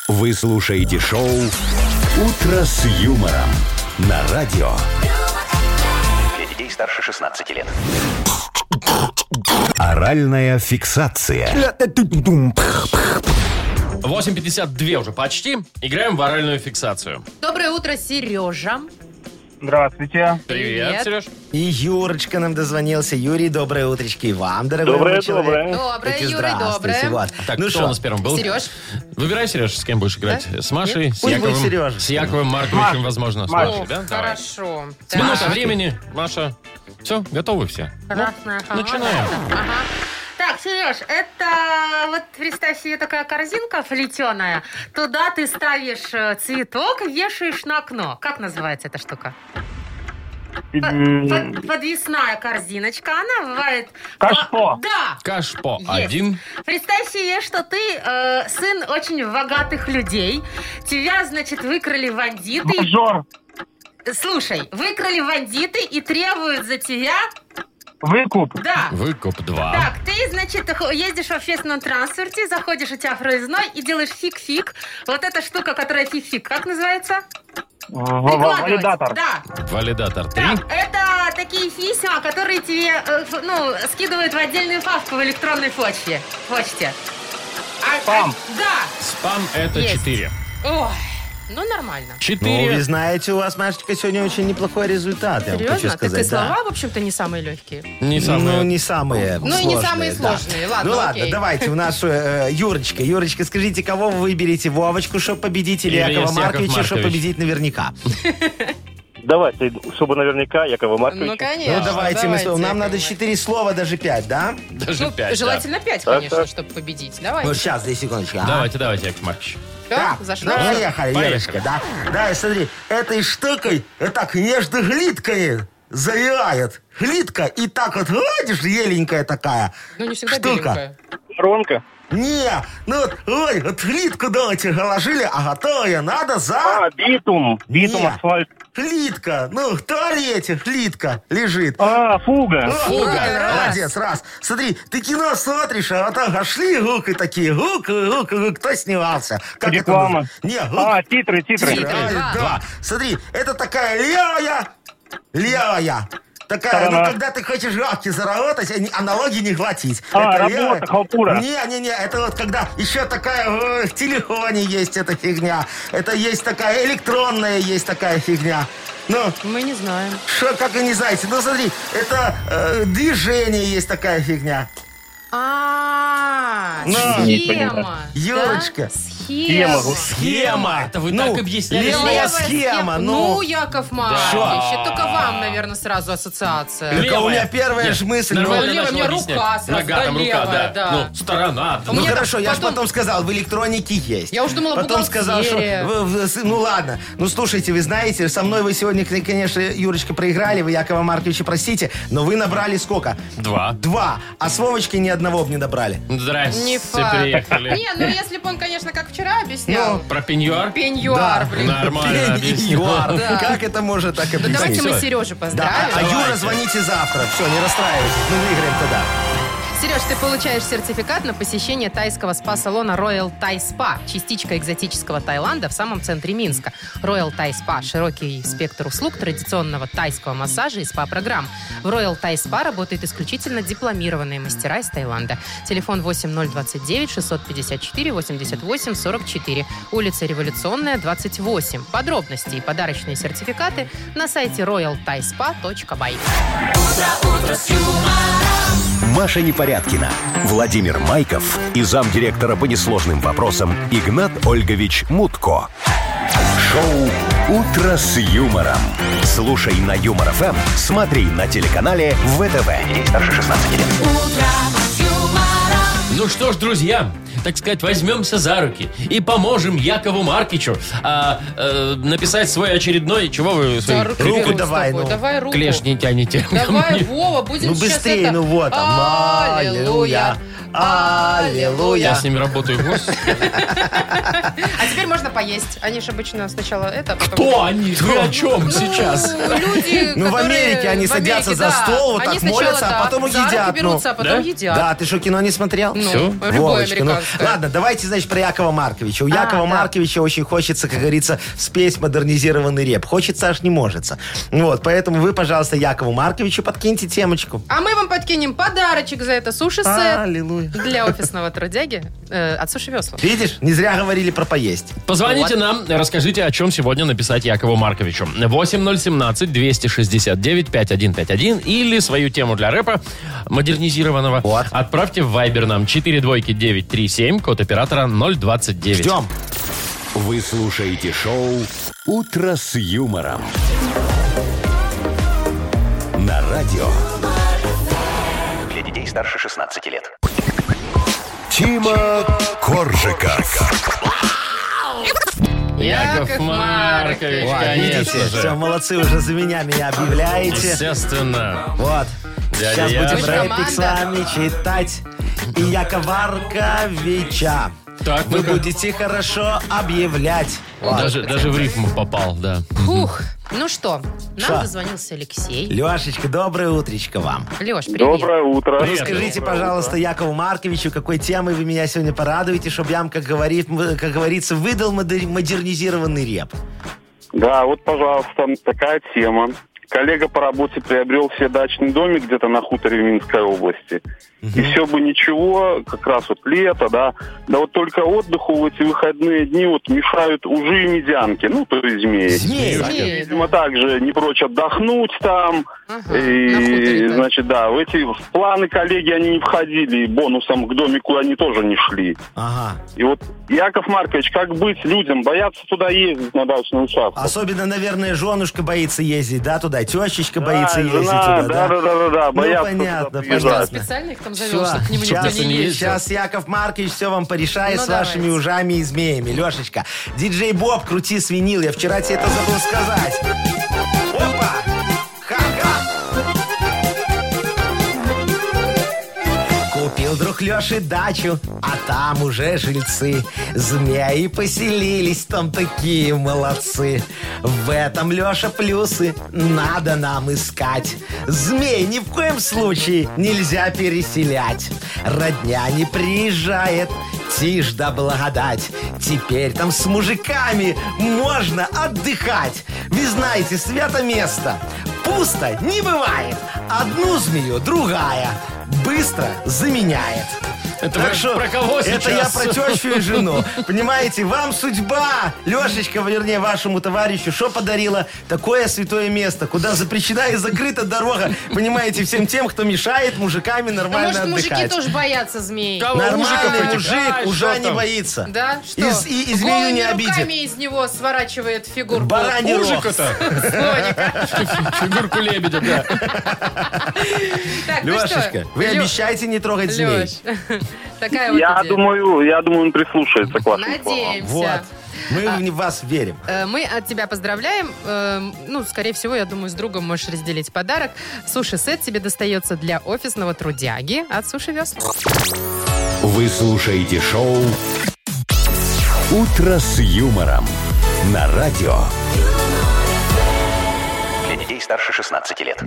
Speaker 4: Вы слушаете шоу «Утро с юмором» на радио.
Speaker 7: Для детей старше 16 лет.
Speaker 4: Оральная фиксация.
Speaker 1: 8.52 уже почти. Играем в оральную фиксацию.
Speaker 2: Доброе утро, Сережа.
Speaker 9: Здравствуйте.
Speaker 1: Привет,
Speaker 2: Привет.
Speaker 1: Сереж.
Speaker 3: И Юрочка нам дозвонился. Юрий, доброе утречко. И вам, дорогой
Speaker 9: Доброе,
Speaker 3: мой человек.
Speaker 9: доброе.
Speaker 2: Доброе,
Speaker 3: Таки
Speaker 2: Юра,
Speaker 3: здравствуйте.
Speaker 2: доброе.
Speaker 3: Вот.
Speaker 1: Так,
Speaker 3: ну
Speaker 1: кто
Speaker 3: что,
Speaker 1: у нас первым был?
Speaker 2: Сереж.
Speaker 1: Выбирай, Сереж, с кем будешь играть. С Машей, с
Speaker 3: Пусть
Speaker 1: Яковым,
Speaker 3: будет Сережа.
Speaker 1: с Яковым Марковичем,
Speaker 9: Маша.
Speaker 1: возможно. С
Speaker 9: Маша.
Speaker 1: Машей,
Speaker 2: О,
Speaker 1: да? Давай.
Speaker 2: Хорошо.
Speaker 1: С Минута времени, Маша. Все, готовы все. Ну,
Speaker 2: Красная холода.
Speaker 1: Начинаем.
Speaker 2: Ага. Так, Сереж, это вот представь себе такая корзинка плетеная. Туда ты ставишь э, цветок, вешаешь на окно. Как называется эта штука? Под-
Speaker 9: М,
Speaker 2: под- подвесная корзиночка. Она бывает...
Speaker 9: Кашпо.
Speaker 2: Да.
Speaker 1: Кашпо
Speaker 2: Есть.
Speaker 1: один.
Speaker 2: Представь себе, что ты э, сын очень богатых людей. Тебя, значит, выкрали бандиты.
Speaker 9: Мажор.
Speaker 2: Слушай, выкрали бандиты и требуют за тебя...
Speaker 9: Выкуп.
Speaker 2: Да.
Speaker 1: Выкуп два.
Speaker 2: Так, ты, значит, х- ездишь в общественном транспорте, заходишь, у тебя проездной, и делаешь фиг-фиг. Вот эта штука, которая фиг-фиг, как называется?
Speaker 9: В- в-
Speaker 2: Прикладывать.
Speaker 9: Валидатор.
Speaker 2: Да.
Speaker 1: Валидатор три.
Speaker 2: Так, это такие письма, которые тебе, э, ф- ну, скидывают в отдельную папку в электронной почте. почте. А- а-
Speaker 9: Спам.
Speaker 2: да.
Speaker 1: Спам это
Speaker 2: Есть.
Speaker 1: четыре.
Speaker 2: Ой, ну, нормально.
Speaker 3: Ну, вы
Speaker 1: Четыре.
Speaker 3: знаете, у вас, Машечка, сегодня очень неплохой результат, я вам хочу
Speaker 2: Серьезно? Так и
Speaker 3: сказать. да.
Speaker 2: слова, в общем-то, не самые легкие.
Speaker 1: Не
Speaker 3: Ну,
Speaker 1: самое.
Speaker 3: не самые
Speaker 2: Ну, и не
Speaker 3: сложные,
Speaker 2: самые
Speaker 3: да.
Speaker 2: сложные. Ладно,
Speaker 3: Ну,
Speaker 2: окей.
Speaker 3: ладно, давайте в нашу э, Юрочка. Юрочка, скажите, кого вы выберете? Вовочку, чтобы победить, или
Speaker 1: Или
Speaker 3: Якова
Speaker 1: Яков
Speaker 3: Марковича, чтобы
Speaker 1: Маркович.
Speaker 3: победить наверняка?
Speaker 9: Давайте, чтобы наверняка Якова
Speaker 2: Ну, конечно.
Speaker 3: Ну, давайте. мы с-
Speaker 2: давайте,
Speaker 3: Нам
Speaker 2: Яков
Speaker 3: надо
Speaker 2: Маркович.
Speaker 3: 4 слова, даже 5, да?
Speaker 1: Даже
Speaker 2: Ну,
Speaker 1: пять. да.
Speaker 2: желательно пять, конечно, чтобы победить. Давай.
Speaker 3: Ну, сейчас, две секундочки. а?
Speaker 1: Давайте, давайте, Яков Маркович.
Speaker 2: Да, зашло.
Speaker 3: ну, поехали,
Speaker 1: Поехали.
Speaker 3: Юрочка, да. Да, и смотри, этой штукой вот так между глиткой завивает. Глитка, и так вот, видишь, еленькая такая.
Speaker 2: Ну, не всегда
Speaker 3: штука.
Speaker 2: беленькая.
Speaker 9: Воронка.
Speaker 3: Не, ну вот, ой, вот глитку давайте положили, а готовое надо за...
Speaker 9: А, битум. Битум,
Speaker 3: Не.
Speaker 9: асфальт.
Speaker 3: Глитка, ну, в туалете глитка лежит.
Speaker 9: А, фуга.
Speaker 3: О,
Speaker 2: фуга.
Speaker 3: правильно,
Speaker 2: Раз.
Speaker 3: молодец, раз. Смотри, ты кино смотришь, а вот там шли гуки такие, гук, гук, гук, кто снимался? Как это
Speaker 9: Реклама.
Speaker 3: называется? Не, гук,
Speaker 9: А, титры, титры.
Speaker 2: Титры.
Speaker 3: Ай,
Speaker 2: Два.
Speaker 3: да. Смотри, это такая левая, левая. Такая,
Speaker 9: Сторона.
Speaker 3: ну, когда ты хочешь бабки заработать, а не- аналоги не хватить.
Speaker 9: А,
Speaker 3: Это
Speaker 9: работа,
Speaker 3: левая.
Speaker 9: халтура.
Speaker 3: Не-не-не, это вот когда еще такая э, в телефоне есть эта фигня. Это есть такая электронная есть такая фигня. Ну,
Speaker 2: Мы не знаем.
Speaker 3: что, как и не знаете. Ну, смотри, это э, движение есть такая фигня.
Speaker 2: А,
Speaker 3: Да.
Speaker 2: схема.
Speaker 3: Юрочка.
Speaker 2: да? Схема.
Speaker 9: Схема.
Speaker 1: Схема. Это вы так объясняли
Speaker 3: Ну, Левая
Speaker 2: Левая
Speaker 3: схема,
Speaker 2: Ну,
Speaker 3: ну.
Speaker 2: Яков Маркович, это только вам, наверное, сразу ассоциация.
Speaker 1: Ле-
Speaker 3: Так, а у меня
Speaker 1: левая.
Speaker 3: первая же мысль. ну,
Speaker 1: Нормально
Speaker 2: левая,
Speaker 1: начал
Speaker 2: мне рука
Speaker 1: объяснять.
Speaker 2: сразу,
Speaker 1: Нога
Speaker 2: да,
Speaker 1: там, рука,
Speaker 2: левая,
Speaker 1: да.
Speaker 2: да.
Speaker 1: Ну, сторона.
Speaker 2: А У
Speaker 3: Ну
Speaker 2: меня
Speaker 3: хорошо, я же
Speaker 2: потом-
Speaker 3: потом сказал, в электронике есть.
Speaker 2: Я уж думала,
Speaker 3: Потом сказал, что...
Speaker 2: бухгалтерия.
Speaker 3: в- в- с- ну ладно, ну слушайте, вы знаете, со мной вы сегодня, к- конечно, Юрочка, проиграли, вы Якова Марковича простите, но вы набрали сколько?
Speaker 1: Два.
Speaker 3: Два. А с Вовочкой ни одного бы не набрали.
Speaker 2: Не
Speaker 1: Здрасте,
Speaker 2: факт.
Speaker 1: приехали.
Speaker 2: Не, ну если бы он, конечно, как вчера объяснял.
Speaker 1: Про
Speaker 3: Ну,
Speaker 1: пеньюар?
Speaker 2: Пеньюар, блин.
Speaker 1: Нормально
Speaker 3: [LAUGHS]
Speaker 1: объяснил.
Speaker 3: Юар.
Speaker 2: Да.
Speaker 3: Как это можно так
Speaker 2: Да давайте
Speaker 3: объяснить?
Speaker 1: Всё.
Speaker 2: мы Сережу
Speaker 3: Да, а- а
Speaker 2: поздравим.
Speaker 3: Юра звоните завтра. Все, не расстраивайтесь, мы выиграем тогда.
Speaker 2: Сереж, ты получаешь сертификат на посещение тайского спа-салона Royal Thai Spa, частичка экзотического Таиланда в самом центре Минска. Royal Thai Spa – широкий спектр услуг традиционного тайского массажа и спа-программ. В Royal Thai Spa работают исключительно дипломированные мастера из Таиланда. Телефон 8029-654-88-44, улица Революционная, 28. Подробности и подарочные сертификаты на сайте royalthaispa.by.
Speaker 4: Маша Непорядкина, Владимир Майков и замдиректора по несложным вопросам Игнат Ольгович Мутко. Шоу «Утро с юмором». Слушай на Юмор ФМ, смотри на телеканале ВТВ. Здесь старше 16 лет.
Speaker 1: Ну что ж, друзья, так сказать, возьмемся за руки и поможем Якову Маркичу а, э, написать свой очередной... Чего вы свои
Speaker 3: руку
Speaker 2: беру с
Speaker 3: давай,
Speaker 2: тобой,
Speaker 3: ну.
Speaker 2: Давай руку.
Speaker 1: клешни тянете?
Speaker 2: Давай, Вова, будем
Speaker 3: Ну
Speaker 2: сейчас
Speaker 3: быстрее,
Speaker 2: это-
Speaker 3: ну вот он.
Speaker 2: Аллилуйя.
Speaker 3: Аллилуйя.
Speaker 1: Я с ними работаю. Господи.
Speaker 2: А теперь можно поесть. Они же обычно сначала это, а потом...
Speaker 1: Кто они? Вы о
Speaker 3: [LAUGHS]
Speaker 1: чем сейчас?
Speaker 2: Ну, Люди,
Speaker 3: Ну, в
Speaker 2: которые-
Speaker 3: Америке они
Speaker 2: в
Speaker 3: садятся
Speaker 2: Америке,
Speaker 3: за
Speaker 2: да.
Speaker 3: стол, вот
Speaker 2: Они
Speaker 3: так
Speaker 2: сначала,
Speaker 3: молятся, а
Speaker 2: да,
Speaker 3: потом
Speaker 2: за руки
Speaker 3: едят, ну.
Speaker 2: берутся, а потом
Speaker 1: Да?
Speaker 2: едят.
Speaker 3: Да, ты что, кино не смотрел?
Speaker 2: Ну,
Speaker 1: всё.
Speaker 2: любое
Speaker 3: Вовочка, ну,
Speaker 2: американское. А,
Speaker 3: ладно, давайте, значит, про Якова Марковича. У Якова
Speaker 2: да.
Speaker 3: Марковича очень хочется, как говорится, спеть модернизированный реп. Хочется, аж не можется. Вот, поэтому вы, пожалуйста, Якову Марковичу подкиньте темочку.
Speaker 2: А мы вам подкинем подарочек за это суши-сет.
Speaker 3: Аллилуйя. Пожалуй.
Speaker 2: Для офисного трудяги э, от суши весла.
Speaker 3: Видишь, не зря говорили про поесть.
Speaker 1: Позвоните нам, расскажите, о чем сегодня написать Якову Марковичу. 8017-269-5151 или свою тему для рэпа модернизированного
Speaker 3: Вот.
Speaker 1: отправьте в Viber нам 42937, код оператора 029.
Speaker 3: Ждем.
Speaker 4: Вы слушаете шоу «Утро с юмором». На радио
Speaker 7: Для детей старше 16 лет.
Speaker 4: Тима Коржика.
Speaker 1: Яков
Speaker 2: Яков
Speaker 1: Маркович,
Speaker 2: Маркович,
Speaker 3: Вот,
Speaker 1: конечно
Speaker 3: видите, все,
Speaker 1: же.
Speaker 3: молодцы, уже за меня меня объявляете.
Speaker 1: Естественно.
Speaker 3: Вот.
Speaker 1: Дядя
Speaker 3: Сейчас
Speaker 1: Яша.
Speaker 3: будем рэпик с
Speaker 2: Команда.
Speaker 3: вами читать. И Яковарковича.
Speaker 1: Так,
Speaker 3: Вы
Speaker 1: ну-ка.
Speaker 3: будете хорошо объявлять. Вот.
Speaker 1: Даже, даже в рифму попал, да.
Speaker 2: Фух. Ну что, нам
Speaker 3: Шо?
Speaker 2: дозвонился Алексей.
Speaker 3: Лешечка, доброе утречко вам.
Speaker 2: Леш, привет.
Speaker 5: Доброе утро.
Speaker 1: Привет.
Speaker 3: Скажите, пожалуйста, Якову Марковичу, какой темой вы меня сегодня порадуете, чтобы я вам, как, говорит, м- как говорится, выдал модер- модернизированный реп.
Speaker 5: Да, вот, пожалуйста, такая тема. Коллега по работе приобрел себе дачный домик где-то на хуторе в Минской области. И все бы ничего, как раз вот лето, да. Да вот только отдыху в эти выходные дни вот мешают ужи и медянки, ну, то есть змеи.
Speaker 3: Змеи.
Speaker 2: Змеи,
Speaker 5: Видимо, также не прочь отдохнуть там.
Speaker 2: Ага, на хуторе,
Speaker 5: И,
Speaker 2: да.
Speaker 5: значит, да, в эти в планы коллеги они не входили, и бонусом к домику они тоже не шли.
Speaker 3: Ага.
Speaker 5: И вот, Яков Маркович, как быть людям? Боятся туда ездить на дачный участок.
Speaker 3: Особенно, наверное, женушка боится ездить, да, туда, тещечка
Speaker 5: Да,
Speaker 3: боится
Speaker 5: жена,
Speaker 3: ездить туда, да?
Speaker 5: да, да, да, да, да,
Speaker 3: Ну,
Speaker 5: боятся
Speaker 3: понятно,
Speaker 5: туда
Speaker 2: А что, он
Speaker 5: приезжать.
Speaker 2: специально их там завел, чтобы к нему никто
Speaker 3: сейчас,
Speaker 2: не ездил?
Speaker 3: сейчас Яков Маркович все вам порешает
Speaker 2: Ну,
Speaker 3: с вашими
Speaker 2: давайте.
Speaker 3: ужами и змеями. Лешечка, диджей Боб, крути свинил. Я вчера тебе это забыл сказать. Опа! Ха-ха! Купил друг Леши дачу, а там уже жильцы. Змеи поселились, там такие молодцы. В этом, Леша, плюсы надо нам искать. Змей ни в коем случае нельзя переселять. Родня не приезжает, тишь да благодать. Теперь там с мужиками можно отдыхать. Вы знаете, свято место. Пусто не бывает. Одну змею другая быстро заменяет.
Speaker 1: Это вы про кого
Speaker 3: это я
Speaker 1: сейчас?
Speaker 3: про тещу и жену. Понимаете, вам судьба, Лешечка, вернее, вашему товарищу, что подарила? Такое святое место, куда запрещена и закрыта дорога. Понимаете, всем тем, кто мешает мужиками
Speaker 2: Ну,
Speaker 3: нормально
Speaker 2: может, мужики
Speaker 3: отдыхать.
Speaker 2: тоже боятся змей?
Speaker 1: Кого?
Speaker 3: Нормальный
Speaker 1: Мужиков этих.
Speaker 3: мужик
Speaker 1: Ай,
Speaker 3: уже
Speaker 1: что
Speaker 3: не
Speaker 1: там?
Speaker 3: боится.
Speaker 2: Да? Что?
Speaker 3: И с- и- и змею
Speaker 2: Голыми
Speaker 3: не
Speaker 2: руками
Speaker 3: обидит.
Speaker 2: из него сворачивает фигурку.
Speaker 3: Бараний рог.
Speaker 1: Мужика-то,
Speaker 3: [LAUGHS]
Speaker 2: Слоника.
Speaker 1: [LAUGHS] фигурку лебедя, да.
Speaker 2: Так, ну что,
Speaker 3: Лешечка, вы
Speaker 2: Лё-
Speaker 3: обещаете не трогать змей.
Speaker 2: Лёш, [LAUGHS] такая вот
Speaker 5: Я
Speaker 2: идея.
Speaker 5: думаю, я думаю, он прислушается к вашим словам.
Speaker 3: Вот.
Speaker 2: Надеемся.
Speaker 3: Мы в вас верим.
Speaker 2: Э, Мы от тебя поздравляем. Эм, Ну, скорее всего, я думаю, с другом можешь разделить подарок. Суши-сет тебе достается для офисного трудяги от Суши Весла.
Speaker 4: Вы слушаете шоу «Утро с юмором». На радио
Speaker 7: Для детей старше 16 лет.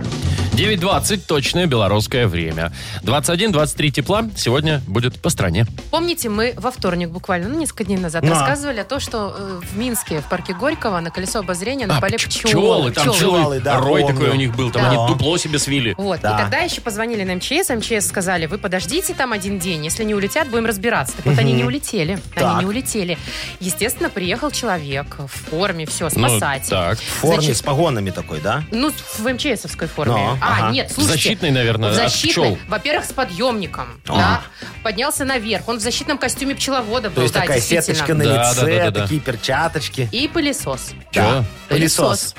Speaker 1: 9.20, точное белорусское время. 21-23 тепла сегодня будет по стране.
Speaker 2: Помните, мы во вторник буквально, ну, несколько дней назад
Speaker 3: Да.
Speaker 2: рассказывали о том, что э, в Минске, в парке Горького, на колесо обозрения напали
Speaker 1: А, пч-
Speaker 2: пчелы.
Speaker 1: там
Speaker 2: Пчелы.
Speaker 1: пчелы,
Speaker 3: А, Пчелы, да,
Speaker 1: рой
Speaker 3: помню.
Speaker 1: такой у них был, там
Speaker 3: Да.
Speaker 1: они дупло себе свили.
Speaker 2: Вот,
Speaker 3: Да.
Speaker 2: и тогда еще позвонили на МЧС, МЧС сказали, вы подождите там один день, если не улетят, будем разбираться. Так вот, они не улетели,
Speaker 3: Так.
Speaker 2: они не улетели. Естественно, приехал человек в форме, все,
Speaker 1: Ну,
Speaker 2: спасатель.
Speaker 1: так.
Speaker 3: В форме
Speaker 2: Значит,
Speaker 3: с погонами такой, да?
Speaker 2: Ну, в МЧСовской форме.
Speaker 3: Ну,
Speaker 2: а,
Speaker 3: ага.
Speaker 2: нет, слушайте.
Speaker 1: Защитной, наверное,
Speaker 2: в
Speaker 1: от А.
Speaker 2: защитной.
Speaker 1: пчел.
Speaker 2: Во-первых, с подъемником. Да.
Speaker 3: Ага.
Speaker 2: Поднялся наверх. Он в защитном костюме пчеловода был.
Speaker 3: То есть
Speaker 2: Ну да,
Speaker 3: такая
Speaker 2: действительно.
Speaker 3: сеточка на
Speaker 1: Да,
Speaker 3: лице,
Speaker 1: да, да, да, да.
Speaker 3: такие перчаточки.
Speaker 2: И пылесос.
Speaker 3: Да. Пылесос.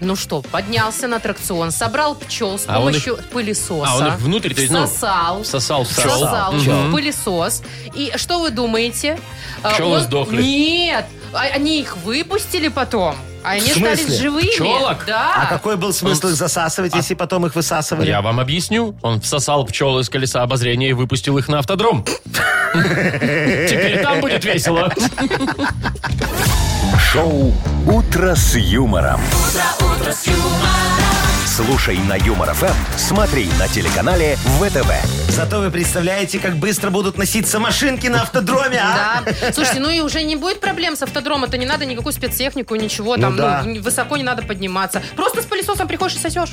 Speaker 2: Ну что, поднялся на аттракцион, собрал пчел с
Speaker 1: А он их-
Speaker 2: помощью пылесоса.
Speaker 1: А, он их внутрь, то есть, ну,
Speaker 2: Всосал.
Speaker 1: всосал пчел.
Speaker 2: Всосал
Speaker 1: Мгм.
Speaker 2: пчел, пылесос. И что вы думаете? А,
Speaker 1: Пчелы сдохли.
Speaker 2: Нет, а- они их выпустили потом. А Они
Speaker 3: В смысле?
Speaker 2: остались живыми.
Speaker 1: Пчелок?
Speaker 2: Да.
Speaker 3: А какой был смысл их засасывать, если потом их высасывали?
Speaker 1: А Я вам объясню. Он всосал пчел из колеса обозрения и выпустил их на автодром. Теперь там будет весело.
Speaker 4: Шоу «Утро с юмором». Слушай на Юмор ФМ, смотри на телеканале ВТВ.
Speaker 3: Зато вы представляете, как быстро будут носиться машинки на автодроме, а?
Speaker 2: Да. Слушайте, ну и уже не будет проблем с автодромом. Это не надо никакую спецтехнику, ничего
Speaker 3: Ну
Speaker 2: там. ну,
Speaker 3: да.
Speaker 2: н- высоко не надо подниматься. Просто с пылесосом приходишь и сосешь.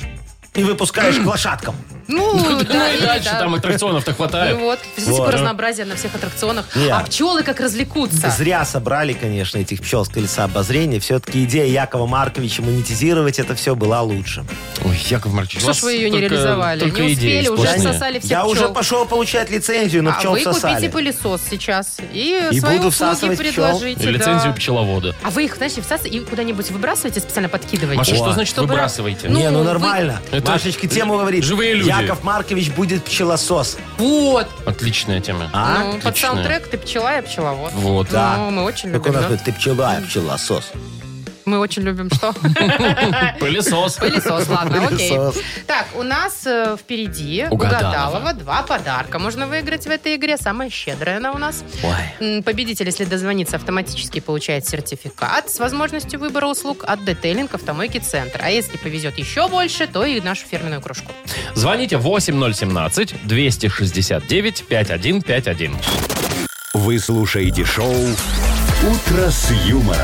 Speaker 3: и выпускаешь к лошадкам.
Speaker 1: Ну
Speaker 2: Ну, да,
Speaker 1: и
Speaker 2: или
Speaker 1: дальше
Speaker 2: да.
Speaker 1: там аттракционов-то
Speaker 2: Ну
Speaker 1: хватает.
Speaker 2: Вот, видите,
Speaker 3: Вот.
Speaker 2: какое разнообразие на всех аттракционах.
Speaker 3: Не.
Speaker 2: А пчелы как развлекутся.
Speaker 3: Зря собрали, конечно, этих пчел с колеса обозрения. Все-таки идея Якова Марковича монетизировать это все была лучше.
Speaker 1: Ой, Яков Маркович, у
Speaker 2: Что ж
Speaker 1: вас
Speaker 2: вы ее не
Speaker 1: только-
Speaker 2: реализовали?
Speaker 1: только
Speaker 2: Не
Speaker 1: идеи
Speaker 2: успели, уже
Speaker 1: сплошные.
Speaker 2: всосали всех
Speaker 3: Я
Speaker 2: пчел.
Speaker 3: уже пошел получать лицензию на
Speaker 2: А
Speaker 3: пчел
Speaker 2: вы
Speaker 3: Ну, всосали.
Speaker 2: купите пылесос сейчас и,
Speaker 3: И
Speaker 2: свои
Speaker 3: буду
Speaker 2: услуги
Speaker 3: всасывать пчел.
Speaker 2: предложите. да.
Speaker 1: Лицензию пчеловода.
Speaker 2: А вы их, знаете, всас и куда-нибудь выбрасываете, специально подкидываете?
Speaker 1: Маша, что
Speaker 3: О.
Speaker 1: значит
Speaker 2: Чтобы-
Speaker 1: выбрасываете?
Speaker 2: Ну,
Speaker 3: не, ну
Speaker 2: вы-
Speaker 3: нормально.
Speaker 1: Это
Speaker 3: Машечка тему говорит.
Speaker 1: живые люди.
Speaker 3: Яков Маркович будет пчелосос.
Speaker 2: Вот.
Speaker 1: Отличная тема.
Speaker 3: А?
Speaker 2: Ну, под
Speaker 1: отлично.
Speaker 2: саундтрек ты пчела, я пчеловод.
Speaker 1: Вот.
Speaker 3: Да.
Speaker 2: Ну, мы очень
Speaker 3: Как
Speaker 2: любим.
Speaker 3: он
Speaker 2: да?
Speaker 3: говорит, ты пчела, а пчелосос.
Speaker 2: Мы очень любим
Speaker 3: [LAUGHS]
Speaker 2: что?
Speaker 1: Пылесос.
Speaker 2: Пылесос, ладно, окей.
Speaker 3: Пылесос.
Speaker 2: Так, у нас э, впереди у
Speaker 1: Угадалова.
Speaker 2: Гадалова два подарка. Можно выиграть в этой игре. Самая щедрая она у нас.
Speaker 3: Ой.
Speaker 2: М, Победитель, если дозвонится, автоматически получает сертификат с возможностью выбора услуг от детейлинг автомойки «Центр». А если повезет еще больше, то и нашу фирменную кружку.
Speaker 1: Звоните 8017-269-5151.
Speaker 4: Вы слушаете шоу «Утро с юмором»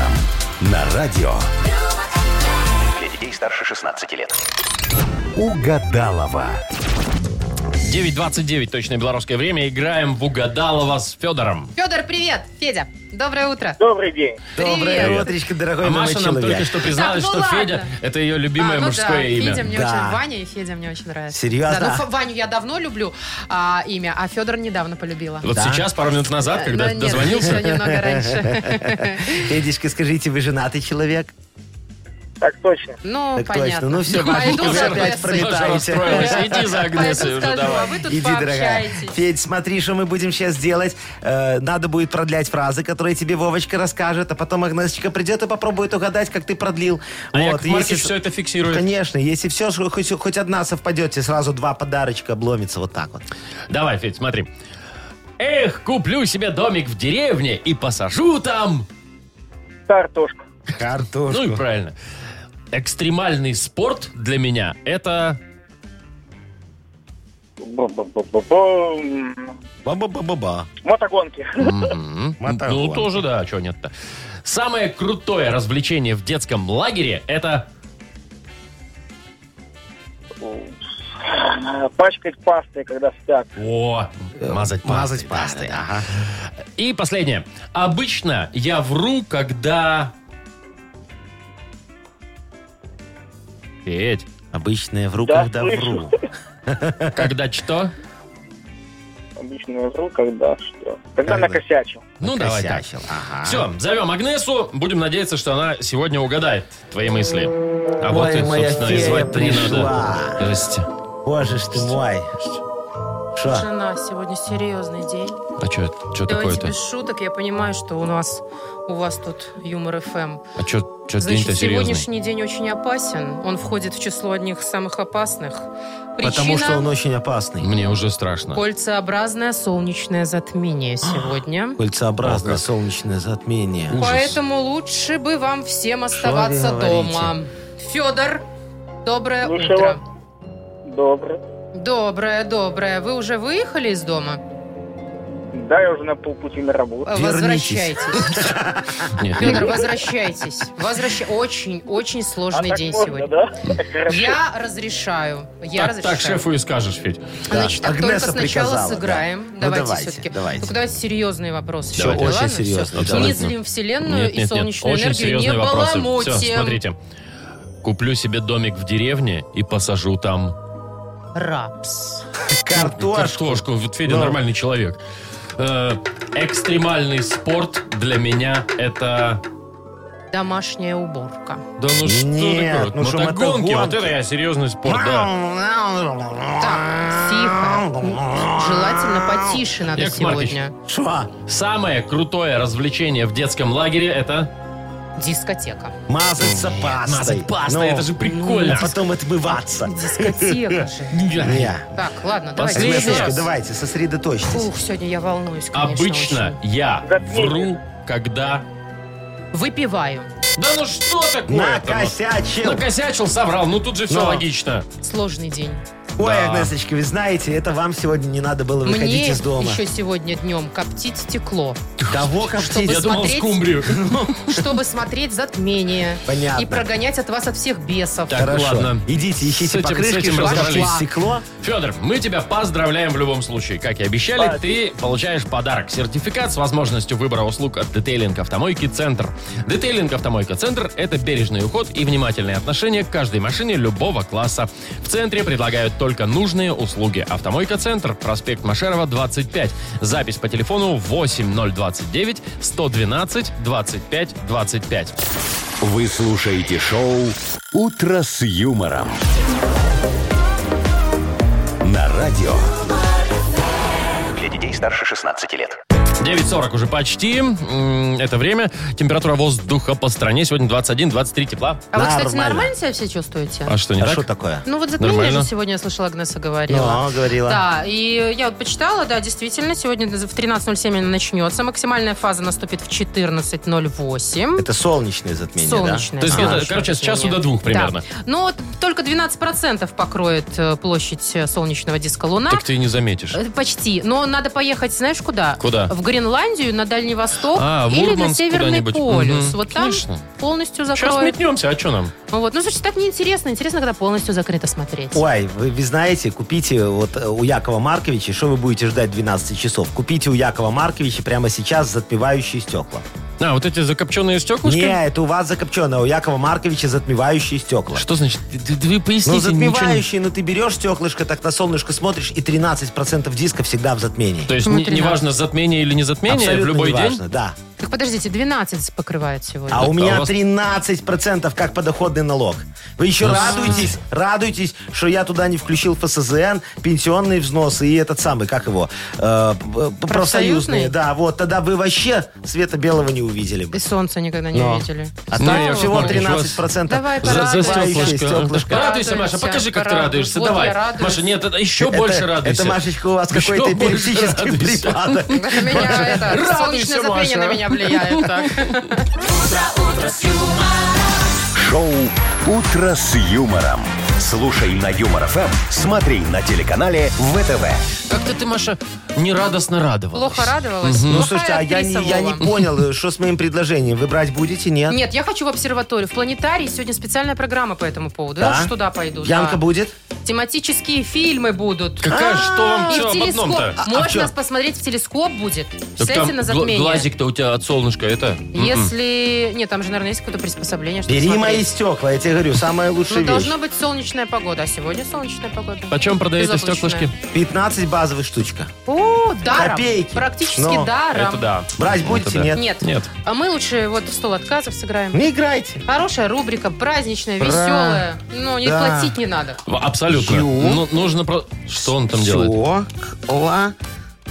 Speaker 4: на радио
Speaker 7: Для детей старше 16 лет.
Speaker 4: Угадалова.
Speaker 1: 9.29, точное белорусское время. Играем в Угадалова с Федором.
Speaker 2: Федор, привет! Федя, доброе утро!
Speaker 9: Добрый день.
Speaker 3: Доброе
Speaker 2: Привет.
Speaker 3: утречко,
Speaker 1: А
Speaker 3: дорогой мой
Speaker 1: Маша нам только
Speaker 3: человек. [LAUGHS]
Speaker 1: что призналась,
Speaker 2: Так, ну
Speaker 1: что
Speaker 2: ладно.
Speaker 1: Федя – это ее любимое
Speaker 2: А, ну да,
Speaker 1: мужское имя.
Speaker 2: Федя мне
Speaker 3: Да.
Speaker 2: очень, Ваня и Федя мне очень нравятся.
Speaker 3: Серьезно?
Speaker 2: Да, ну, Ф- Ваню я давно люблю а, имя, а Федора недавно полюбила. Э,
Speaker 1: Вот
Speaker 3: Да.
Speaker 1: сейчас, пару минут назад, когда
Speaker 2: Но нет,
Speaker 1: дозвонился,
Speaker 2: еще немного раньше.
Speaker 1: [LAUGHS]
Speaker 3: Федечка, скажите, вы женатый человек?
Speaker 9: Так точно.
Speaker 2: Ну,
Speaker 3: Так
Speaker 2: понятно.
Speaker 3: точно. Ну все,
Speaker 2: Да,
Speaker 3: Машечка,
Speaker 2: пойду
Speaker 3: вы
Speaker 2: за
Speaker 3: опять
Speaker 1: Тоже
Speaker 2: Агнесой.
Speaker 3: пролетаете.
Speaker 1: расстроилась. Иди за Агнесой
Speaker 2: Пойду
Speaker 1: уже,
Speaker 2: скажу,
Speaker 1: давай.
Speaker 2: а вы тут
Speaker 3: Иди, дорогая.
Speaker 2: пообщаетесь.
Speaker 3: Федь, смотри, что мы будем сейчас делать. Э, надо будет продлять фразы, которые тебе Вовочка расскажет, а потом Агнесочка придет и попробует угадать, как ты продлил.
Speaker 1: А Яков Маркович
Speaker 3: с-
Speaker 1: все это фиксирует.
Speaker 3: Конечно, если все, что хоть, хоть одна совпадет, тебе сразу два подарочка обломится вот так вот.
Speaker 1: Давай, Федь, смотри. Эх, куплю себе домик в деревне и посажу там...
Speaker 9: Картошка.
Speaker 3: Картошку.
Speaker 1: Ну и правильно. Экстремальный спорт для меня – это...
Speaker 9: Бу-бу-бу-бу-бу.
Speaker 3: Ба-ба-ба-ба-ба.
Speaker 9: Мотогонки.
Speaker 1: Мгм. Ну,
Speaker 3: Мотогонки.
Speaker 1: тоже, да, чего нет-то. Самое крутое развлечение в детском лагере – это...
Speaker 9: ну, Пачкать пастой, когда спят.
Speaker 1: О, мазать пастой.
Speaker 3: Э, Мазать пастой,
Speaker 1: Да,
Speaker 3: ага.
Speaker 1: да. И последнее. Обычно я вру, когда... Федь,
Speaker 3: Обычно я вру, когда
Speaker 9: слышу.
Speaker 3: вру.
Speaker 1: когда что?
Speaker 9: Обычно вру, когда что. Когда
Speaker 3: Когда?
Speaker 9: накосячил.
Speaker 1: Ну, давай так.
Speaker 3: Накосячил, ага.
Speaker 1: Все, зовем Агнесу. Будем надеяться, что она сегодня угадает твои мысли. А вот
Speaker 3: Ой,
Speaker 1: и,
Speaker 3: моя
Speaker 1: собственно, и
Speaker 3: фея
Speaker 1: звать-то не
Speaker 3: пришла.
Speaker 1: надо. Здрасте.
Speaker 3: Боже ж ты мой. Что?
Speaker 2: Жена, сегодня серьезный день.
Speaker 1: А что
Speaker 2: Давайте
Speaker 1: такое-то?
Speaker 2: без шуток. Я понимаю, что у нас у вас тут юмор ФМ.
Speaker 1: А что день-то
Speaker 2: Значит,
Speaker 1: серьезный?
Speaker 2: сегодняшний день очень опасен. Он входит в число одних самых опасных. Причина
Speaker 3: Потому что он очень опасный.
Speaker 1: Мне уже страшно.
Speaker 2: кольцеобразное солнечное затмение сегодня.
Speaker 3: Кольцеобразное
Speaker 1: О, как.
Speaker 3: солнечное затмение.
Speaker 1: Ужас.
Speaker 2: Поэтому лучше бы вам всем оставаться
Speaker 3: вы говорите?
Speaker 2: дома. Федор, доброе
Speaker 9: Слушаю
Speaker 2: утро.
Speaker 9: Добрый.
Speaker 2: Доброе, доброе. Вы уже выехали из дома? А,
Speaker 9: Да, я уже на полпути на работу.
Speaker 3: Вернитесь.
Speaker 2: Возвращайтесь.
Speaker 1: Нет,
Speaker 2: Федор, возвращайтесь. Возвращ... Очень, очень сложный
Speaker 9: так
Speaker 2: день
Speaker 9: можно,
Speaker 2: сегодня.
Speaker 9: да? Хорошо.
Speaker 2: Я разрешаю. Я
Speaker 1: так,
Speaker 2: разрешаю. Ну,
Speaker 1: так шефу и скажешь, Федь.
Speaker 2: Значит, так,
Speaker 3: Агнеса
Speaker 2: только сначала
Speaker 3: приказала, да.
Speaker 2: сыграем.
Speaker 3: Ну,
Speaker 2: Давайте,
Speaker 3: давайте,
Speaker 2: все-таки.
Speaker 3: давайте.
Speaker 2: Только давайте серьезные вопросы.
Speaker 3: Всё,
Speaker 2: сегодня,
Speaker 3: очень
Speaker 2: ладно?
Speaker 3: серьезные,
Speaker 2: Всё. Не
Speaker 1: давайте.
Speaker 2: злим вселенную
Speaker 1: Нет, нет,
Speaker 2: и
Speaker 1: нет.
Speaker 2: солнечную
Speaker 1: Очень
Speaker 2: энергию не
Speaker 1: серьезные вопросы.
Speaker 2: баламутим.
Speaker 1: Все, смотрите. Куплю себе домик в деревне и посажу там
Speaker 2: Рапс.
Speaker 3: Картошку.
Speaker 1: картошку. Вот Федя
Speaker 3: Ну.
Speaker 1: нормальный человек. Э, экстремальный спорт для меня это...
Speaker 2: Домашняя уборка.
Speaker 1: Да ну что
Speaker 3: Нет,
Speaker 1: такое?
Speaker 3: ну что,
Speaker 1: мотогонки, вот
Speaker 3: мотогонки.
Speaker 1: это я серьезный спорт, да.
Speaker 2: Так, тихо. М, Желательно потише надо
Speaker 1: Яков Маркович.
Speaker 2: сегодня.
Speaker 3: Что?
Speaker 1: Самое крутое развлечение в детском лагере это...
Speaker 2: Дискотека.
Speaker 3: Мазаться пастой.
Speaker 1: Мазать пастой,
Speaker 3: Ну,
Speaker 1: это же прикольно.
Speaker 3: а потом отмываться.
Speaker 2: Дискотека же.
Speaker 3: Не.
Speaker 2: Так, ладно, давайте.
Speaker 1: Последний
Speaker 2: еще
Speaker 3: Агнесочка,
Speaker 1: раз.
Speaker 3: давайте, сосредоточьтесь.
Speaker 2: Фух, сегодня я волнуюсь, конечно,
Speaker 1: Обычно я
Speaker 9: Затмение.
Speaker 1: вру, когда...
Speaker 2: очень. Выпиваю.
Speaker 1: Да ну что такое?
Speaker 3: Накосячил.
Speaker 1: Накосячил, соврал. Ну тут же все
Speaker 3: Но.
Speaker 1: логично.
Speaker 2: Сложный день.
Speaker 3: Ой,
Speaker 1: Да.
Speaker 3: Агнесочка, вы знаете, это вам сегодня не надо было выходить
Speaker 2: Мне
Speaker 3: из дома.
Speaker 2: еще сегодня днем коптить стекло,
Speaker 3: Кого коптить?
Speaker 1: Я думал,
Speaker 2: смотреть-
Speaker 1: скумбрию.
Speaker 2: чтобы смотреть затмение
Speaker 3: Понятно.
Speaker 2: и прогонять от вас от всех бесов.
Speaker 1: Так, ладно.
Speaker 3: Идите,
Speaker 1: С
Speaker 3: ищите
Speaker 1: этим- с
Speaker 3: покрышки,
Speaker 1: этим
Speaker 3: чтобы
Speaker 1: разобрались.
Speaker 3: коптить стекло.
Speaker 1: Федор, мы тебя поздравляем в любом случае. Как и обещали, ты получаешь подарок. Сертификат с возможностью выбора услуг от Детейлинг Автомойки Центр. Детейлинг Автомойка Центр – это бережный уход и внимательное отношение к каждой машине любого класса. В центре предлагают только нужные услуги. Автомойка Центр, проспект Машерова, 25. Запись по телефону 8029 112 25 25.
Speaker 4: Вы слушаете шоу «Утро с юмором». На радио.
Speaker 7: Для детей старше 16 лет.
Speaker 1: 9.40 уже почти. М, Это время. Температура воздуха по стране сегодня 21-23 тепла.
Speaker 2: А вы, кстати,
Speaker 3: нормально.
Speaker 2: нормально себя все чувствуете?
Speaker 1: А что, не
Speaker 3: А
Speaker 1: так?
Speaker 3: что такое?
Speaker 2: Ну вот затмение
Speaker 1: Нормально.
Speaker 2: же сегодня, я слышала, Агнеса говорила.
Speaker 3: Ну, говорила.
Speaker 2: Да, и я вот почитала, да, действительно, сегодня в 13.07 она начнется. Максимальная фаза наступит в 14.08.
Speaker 3: Это солнечное затмение,
Speaker 2: Солнечное.
Speaker 1: То есть
Speaker 2: солнечное
Speaker 1: где-то, короче, с
Speaker 2: затмение.
Speaker 1: часу до двух примерно.
Speaker 2: Да. Ну, вот только 12% покроет э, площадь э, солнечного диска Луна.
Speaker 1: Так ты и не заметишь.
Speaker 2: Э, Почти. Но надо поехать, знаешь, куда?
Speaker 1: Куда?
Speaker 2: В Гренландию, на Дальний Восток
Speaker 1: А, в
Speaker 2: или на
Speaker 1: Мурманск
Speaker 2: Северный
Speaker 1: куда-нибудь.
Speaker 2: полюс.
Speaker 1: Мгм.
Speaker 2: Вот там
Speaker 1: Конечно.
Speaker 2: полностью
Speaker 1: Сейчас
Speaker 2: закроют.
Speaker 1: метнемся, а что нам?
Speaker 2: Ну, вот. ну, слушайте, так неинтересно. Интересно, когда полностью закрыто смотреть.
Speaker 3: да? Ой, вы, вы знаете, купите вот э, у Якова Марковича, что вы будете ждать 12 часов? Купите у Якова Марковича прямо сейчас затмевающие стекла.
Speaker 1: А, вот эти закопченные стеклышки?
Speaker 3: Не, это у вас закопченное, а у Якова Марковича затмевающие стекла.
Speaker 1: Что значит? Ты- ты- Вы поясните. ничего
Speaker 3: Ну,
Speaker 1: не-
Speaker 3: затмевающие, ну ты берешь стеклышко, так на солнышко смотришь, и 13% диска всегда в затмении.
Speaker 1: То есть, не-
Speaker 2: Внутри
Speaker 1: неважно, затмение или не затмение,
Speaker 3: Абсолютно
Speaker 1: в любой
Speaker 3: неважно,
Speaker 1: день?
Speaker 3: да.
Speaker 2: Так подождите, 12 покрывает сегодня.
Speaker 3: А у
Speaker 1: А у
Speaker 3: меня
Speaker 1: вас-
Speaker 3: 13% как подоходный налог. Вы еще
Speaker 1: Ну,
Speaker 3: радуетесь, радуетесь, что я туда не включил ФСЗН, пенсионные взносы и этот самый, как его, э, п- профсоюзные.
Speaker 2: Профсоюзные?
Speaker 3: Да, вот, тогда вы вообще света белого не увидели бы.
Speaker 2: И солнца никогда не
Speaker 3: Но. [LAUGHS]
Speaker 2: видели.
Speaker 3: А
Speaker 1: Ну,
Speaker 3: там
Speaker 1: Яков
Speaker 3: всего
Speaker 1: Маркович,
Speaker 3: 13%.
Speaker 2: Давай,
Speaker 1: За, за
Speaker 3: Затмевающие
Speaker 1: стеклышко.
Speaker 3: стеклышко.
Speaker 1: Радуйся, Маша,
Speaker 2: Радуйся,
Speaker 1: покажи, как ты
Speaker 2: порадуйся.
Speaker 1: радуешься.
Speaker 2: Вот
Speaker 1: Давай.
Speaker 2: я радуюсь.
Speaker 1: Маша, нет, это еще больше
Speaker 3: это,
Speaker 1: радуйся.
Speaker 3: это, Машечка, у вас
Speaker 1: Еще
Speaker 3: какой-то
Speaker 1: больше
Speaker 3: эпилептический
Speaker 1: радуйся.
Speaker 3: припадок.
Speaker 2: Это меня, это,
Speaker 1: Радуйся,
Speaker 2: солнечное
Speaker 1: Маша.
Speaker 2: затмение на меня [LAUGHS] влияет. так.
Speaker 4: Шоу «Утро с юмором». Слушай на Юмор ФМ, смотри на телеканале ВТВ.
Speaker 1: Как-то ты, Маша, нерадостно радовалась.
Speaker 2: Плохо радовалась.
Speaker 3: Ну,
Speaker 2: Плохая
Speaker 3: слушайте, а я не,
Speaker 2: актриса
Speaker 3: я не
Speaker 2: Вова.
Speaker 3: понял, э, что с моим предложением? Вы брать будете, нет?
Speaker 2: Нет, я хочу в обсерваторию. В планетарии сегодня специальная программа по этому поводу. Я
Speaker 3: Да?
Speaker 2: уж А. туда пойду.
Speaker 3: Янка
Speaker 2: да.
Speaker 3: будет?
Speaker 2: Тематические фильмы будут.
Speaker 1: Какая что вам
Speaker 2: А, И
Speaker 1: все
Speaker 2: в
Speaker 1: об
Speaker 2: телескоп.
Speaker 1: одном-то?
Speaker 3: а
Speaker 2: Можно
Speaker 3: чё?
Speaker 2: посмотреть в телескоп будет.
Speaker 1: Так
Speaker 2: Кстати,
Speaker 1: там
Speaker 2: на
Speaker 1: гла-
Speaker 2: затмение.
Speaker 1: Глазик-то у тебя от солнышка это? М-м.
Speaker 2: Если... Нет, там же, наверное, есть какое-то приспособление, чтобы
Speaker 3: Бери
Speaker 2: смотреть.
Speaker 3: мои стекла, я тебе говорю, самая лучшая
Speaker 2: Ну,
Speaker 3: вещь.
Speaker 2: должна быть солнечная погода, а сегодня солнечная погода.
Speaker 1: Почем продаете
Speaker 2: Безоблачная.
Speaker 1: стеклышки?
Speaker 3: 15 базовых штучка.
Speaker 2: О, даром.
Speaker 3: Копейки.
Speaker 2: Практически
Speaker 3: Но
Speaker 2: даром.
Speaker 1: Это да.
Speaker 3: Брать
Speaker 1: Это
Speaker 3: будете,
Speaker 1: да.
Speaker 3: нет?
Speaker 2: Нет.
Speaker 1: Нет.
Speaker 2: А мы лучше вот в стол отказов сыграем.
Speaker 3: Не играйте.
Speaker 2: Хорошая рубрика, праздничная,
Speaker 3: Бра.
Speaker 2: веселая. Ну, не
Speaker 3: Да.
Speaker 2: платить не надо.
Speaker 1: В- Абсолютно.
Speaker 3: Ю.
Speaker 1: Ну, нужно про... Что он там делает?
Speaker 3: Стекла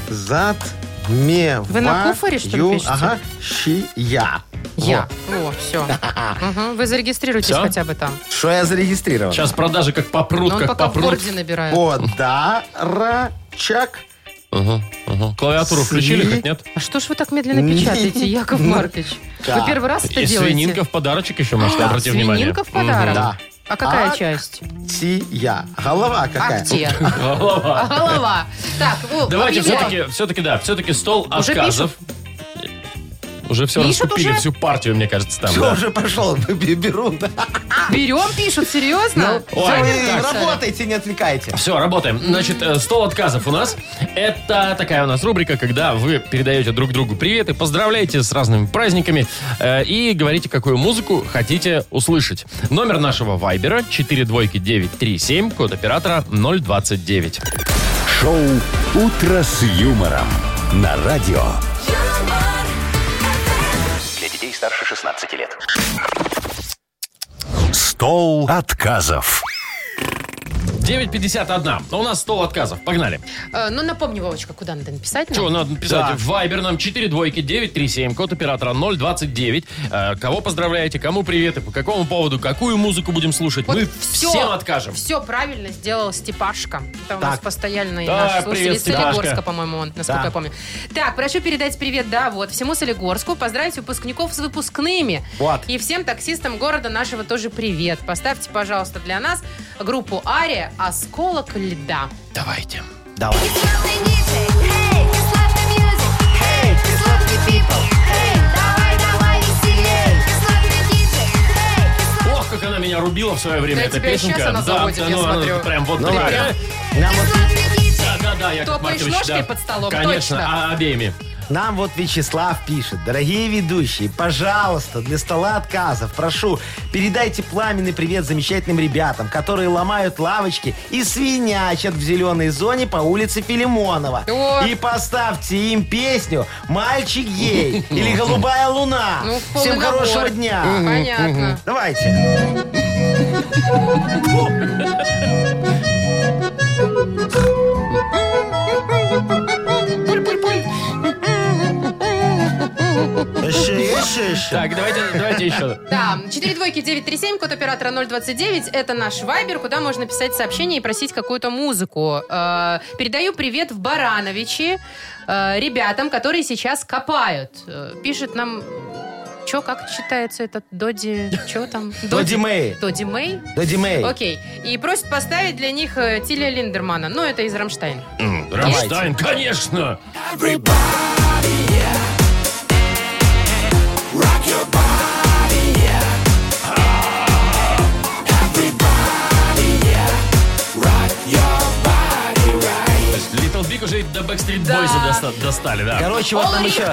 Speaker 3: затмеваю.
Speaker 2: Вы на куфоре, что ли, пишете?
Speaker 3: Ага, щия.
Speaker 2: Я. О, все.
Speaker 1: [LAUGHS]
Speaker 2: Вы зарегистрируйтесь
Speaker 1: Всё?
Speaker 2: хотя бы там.
Speaker 3: Что я зарегистрировал?
Speaker 1: Сейчас продажи как попрут,
Speaker 2: Но Ну, он
Speaker 1: как
Speaker 2: пока в
Speaker 1: попрут.
Speaker 2: борде набирает.
Speaker 3: Подарочек.
Speaker 1: Ага, ага. Клавиатуру
Speaker 3: Сли-
Speaker 1: включили, как нет?
Speaker 2: А что ж вы так медленно печатаете,
Speaker 3: [LAUGHS]
Speaker 2: Яков Маркович?
Speaker 3: Ну, Да.
Speaker 2: Вы первый раз это
Speaker 1: И
Speaker 2: делаете?
Speaker 1: свининка в подарочек еще, Маша,
Speaker 2: Да,
Speaker 1: обрати внимание.
Speaker 2: свининка в подарок?
Speaker 3: Да.
Speaker 2: А какая
Speaker 3: А?
Speaker 2: часть?
Speaker 3: Тия. Голова
Speaker 2: А
Speaker 3: какая? [LAUGHS]
Speaker 2: где?
Speaker 1: Мгм. Голова.
Speaker 2: А голова. Так, о,
Speaker 1: Давайте
Speaker 2: объявляем.
Speaker 1: все-таки, все-таки, да, все-таки стол
Speaker 2: Уже
Speaker 1: отказов. Уже все
Speaker 2: Пишут
Speaker 1: раскупили,
Speaker 2: уже?
Speaker 1: всю партию, мне кажется, там.
Speaker 3: Все,
Speaker 1: да.
Speaker 3: уже пошел, [LAUGHS] беру. да.
Speaker 2: Берем, пишут, серьезно?
Speaker 1: Ну, Ой,
Speaker 3: Вы
Speaker 1: так.
Speaker 3: Работайте, не отвлекайте.
Speaker 1: Все, работаем. Значит, э, стол отказов у нас. Это такая у нас рубрика, когда вы передаете друг другу приветы, поздравляете с разными праздниками э, и говорите, какую музыку хотите услышать. Номер нашего вайбера 42937, код оператора 029.
Speaker 4: Шоу «Утро с юмором» на радио.
Speaker 6: юмор,
Speaker 7: Для детей старше 16 лет.
Speaker 4: Стол отказов.
Speaker 1: 951. У нас стол отказов. Погнали.
Speaker 2: Э, Ну, напомни, Вовочка, куда надо написать? нам?
Speaker 1: Чего надо писать?
Speaker 3: Да.
Speaker 1: В Вайбер нам 4 двойки 937, код оператора 029. Э, кого поздравляете, кому приветы, по какому поводу, какую музыку будем слушать.
Speaker 2: Вот
Speaker 1: Мы
Speaker 2: всё,
Speaker 1: всем откажем.
Speaker 2: Все правильно сделал Степашка. Это у нас
Speaker 3: Так.
Speaker 2: постоянный
Speaker 1: Да,
Speaker 2: наш слушатель
Speaker 1: привет,
Speaker 2: из
Speaker 1: Степашка.
Speaker 2: Солигорска, по-моему, он, насколько
Speaker 3: Да.
Speaker 2: я помню. Так, прошу передать привет, да, вот, всему Солигорску, поздравить выпускников с выпускными.
Speaker 3: Вот.
Speaker 2: И всем таксистам города нашего тоже привет. Поставьте, пожалуйста, для нас группу «Ария» «Осколок льда».
Speaker 1: Давайте.
Speaker 3: Давай.
Speaker 1: Ох, как она меня рубила в свое время,
Speaker 2: Да,
Speaker 1: эта
Speaker 2: тебя и
Speaker 1: песенка.
Speaker 2: сейчас она заводит, я
Speaker 1: ну, она
Speaker 2: смотрю.
Speaker 1: прям вот
Speaker 3: Ну,
Speaker 1: такая.
Speaker 3: ладно. Нам вот
Speaker 1: Да, да, да, Яков
Speaker 2: Топаешь
Speaker 1: Маркович,
Speaker 2: ножкой
Speaker 1: да.
Speaker 2: под столом,
Speaker 1: Конечно,
Speaker 2: точно.
Speaker 1: а- обеими.
Speaker 3: Нам вот Вячеслав пишет. Дорогие ведущие, пожалуйста, для стола отказов, прошу, передайте пламенный привет замечательным ребятам, которые ломают лавочки и свинячат в зеленой зоне по улице Филимонова.
Speaker 2: О.
Speaker 3: И поставьте им песню «Мальчик гей»
Speaker 2: [LAUGHS]
Speaker 3: или «Голубая луна».
Speaker 2: Ну, в полный
Speaker 3: Всем хорошего
Speaker 2: набор.
Speaker 3: дня.
Speaker 2: Понятно.
Speaker 3: Давайте. Иши, иши, иши.
Speaker 1: Так, давайте, давайте еще.
Speaker 2: Да, 4 двойки 937, код оператора 029. Это наш вайбер, куда можно писать сообщение и просить какую-то музыку. Э, Передаю привет в Барановичи э, ребятам, которые сейчас копают. Э, Пишет нам... Че, как читается этот Доди... Че
Speaker 3: [LAUGHS]
Speaker 2: там?
Speaker 3: Доди Мэй.
Speaker 2: Доди Мэй?
Speaker 3: Доди Мэй.
Speaker 2: Окей. И просит поставить для них э, Тиля Линдермана. Ну, это из Рамштайн.
Speaker 1: М, Рамштайн, конечно. То есть Little Big уже и до Backstreet Boys доста- достали, да.
Speaker 3: Короче, вот там
Speaker 2: Олрих.
Speaker 3: еще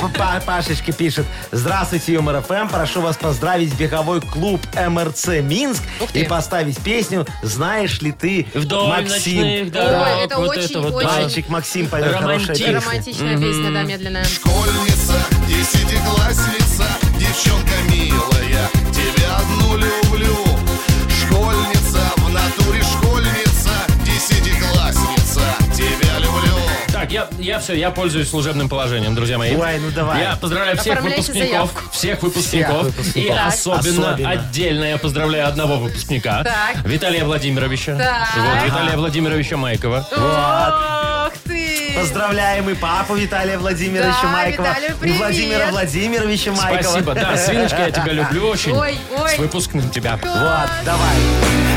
Speaker 3: Па- Па- Пашечка пишет. Здравствуйте, Юмор ФМ. Прошу вас поздравить беговой клуб МРЦ Минск
Speaker 2: Ух ты.
Speaker 3: и поставить песню «Знаешь ли ты,
Speaker 1: Вдоль
Speaker 3: Максим».
Speaker 1: ночных дорог,
Speaker 2: Ой, это
Speaker 1: вот
Speaker 2: очень,
Speaker 1: это вот, да.
Speaker 2: очень
Speaker 3: Мальчик Максим поет
Speaker 1: Романтик.
Speaker 3: хорошая песня.
Speaker 2: Романтичная песня, да, медленная.
Speaker 10: Школьница, десятиклассница, девчонка милая, тебя одну люблю. Школьница, в натуре школьница, десятиклассница, тебя люблю.
Speaker 1: Так, я, я все, я пользуюсь служебным положением, друзья мои.
Speaker 3: Ой, ну давай.
Speaker 1: Я поздравляю всех
Speaker 2: Оформляйте
Speaker 1: выпускников,
Speaker 2: заявку.
Speaker 1: всех выпускников,
Speaker 3: Всех выпускников.
Speaker 1: и
Speaker 3: Так.
Speaker 1: особенно,
Speaker 3: Особенно.
Speaker 1: отдельно я поздравляю одного выпускника,
Speaker 2: Так.
Speaker 1: Виталия Владимировича,
Speaker 2: Так.
Speaker 1: Вот, Виталия Владимировича Майкова.
Speaker 2: Ах ты!
Speaker 3: Поздравляем и папу Виталия Владимировича
Speaker 2: Да,
Speaker 3: Майкова,
Speaker 2: Виталию
Speaker 3: и
Speaker 2: привет.
Speaker 3: Владимира Владимировича Майкова.
Speaker 1: Спасибо,
Speaker 3: [LAUGHS]
Speaker 1: да, свиночка, я тебя люблю очень.
Speaker 2: Ой, ой.
Speaker 1: С выпускным тебя.
Speaker 3: Вот, давай.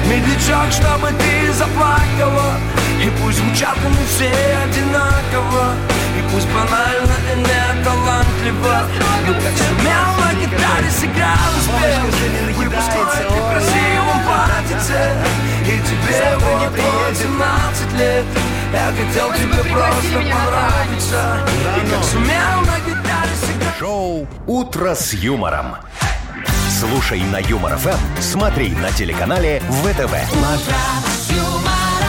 Speaker 10: Медлячок, чтобы ты заплакала И пусть звучат мы все одинаково И пусть банально и не талантливо Но как сумел на гитаре сыграл успех Выпускной ты в красивом платьице И тебе вот 11 лет Я хотел тебе
Speaker 2: пригласили
Speaker 10: просто
Speaker 2: меня на
Speaker 10: понравиться И как сумел на гитаре сыграть
Speaker 4: Шоу «Утро с юмором». Слушай на Юмор ФМ, смотри на телеканале ВТВ.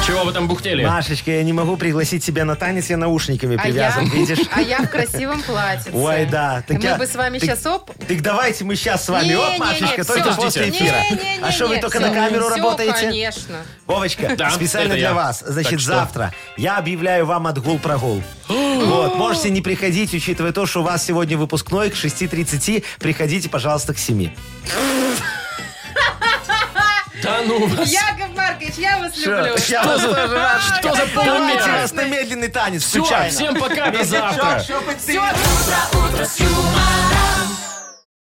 Speaker 1: Чего вы там бухтели?
Speaker 3: Машечка, я не могу пригласить тебя на танец, я наушниками
Speaker 2: А я,
Speaker 3: привязан, видишь?
Speaker 2: [LAUGHS] а я в красивом платьице.
Speaker 3: Ой, да. Так
Speaker 2: Мы
Speaker 3: я-
Speaker 2: бы с вами
Speaker 3: так-
Speaker 2: сейчас оп...
Speaker 3: Так давайте мы сейчас с вами,
Speaker 2: Не,
Speaker 3: оп,
Speaker 2: не, не,
Speaker 3: Машечка,
Speaker 2: всё.
Speaker 3: только после
Speaker 1: Подождите.
Speaker 3: эфира.
Speaker 2: Не-не-не,
Speaker 3: а что вы только на
Speaker 2: всё,
Speaker 3: камеру
Speaker 2: всё,
Speaker 3: работаете?
Speaker 2: конечно.
Speaker 3: Вовочка,
Speaker 1: Да,
Speaker 3: специально
Speaker 1: это
Speaker 3: для
Speaker 1: я.
Speaker 3: вас.
Speaker 1: Так
Speaker 3: Значит,
Speaker 1: что?
Speaker 3: завтра я объявляю
Speaker 1: [GASPS]
Speaker 3: вам отгул-прогул. вот, можете не приходить, учитывая то, что у вас сегодня выпускной к 6.30. Приходите, пожалуйста, к 7.
Speaker 1: Да ну вас.
Speaker 2: Яков Маркович, я вас люблю.
Speaker 3: Что
Speaker 1: Что за
Speaker 3: Давайте
Speaker 1: полумер?
Speaker 3: вас на медленный танец,
Speaker 1: Все,
Speaker 3: случайно.
Speaker 1: всем пока, до завтра.
Speaker 2: Всё,
Speaker 6: утро с юмором.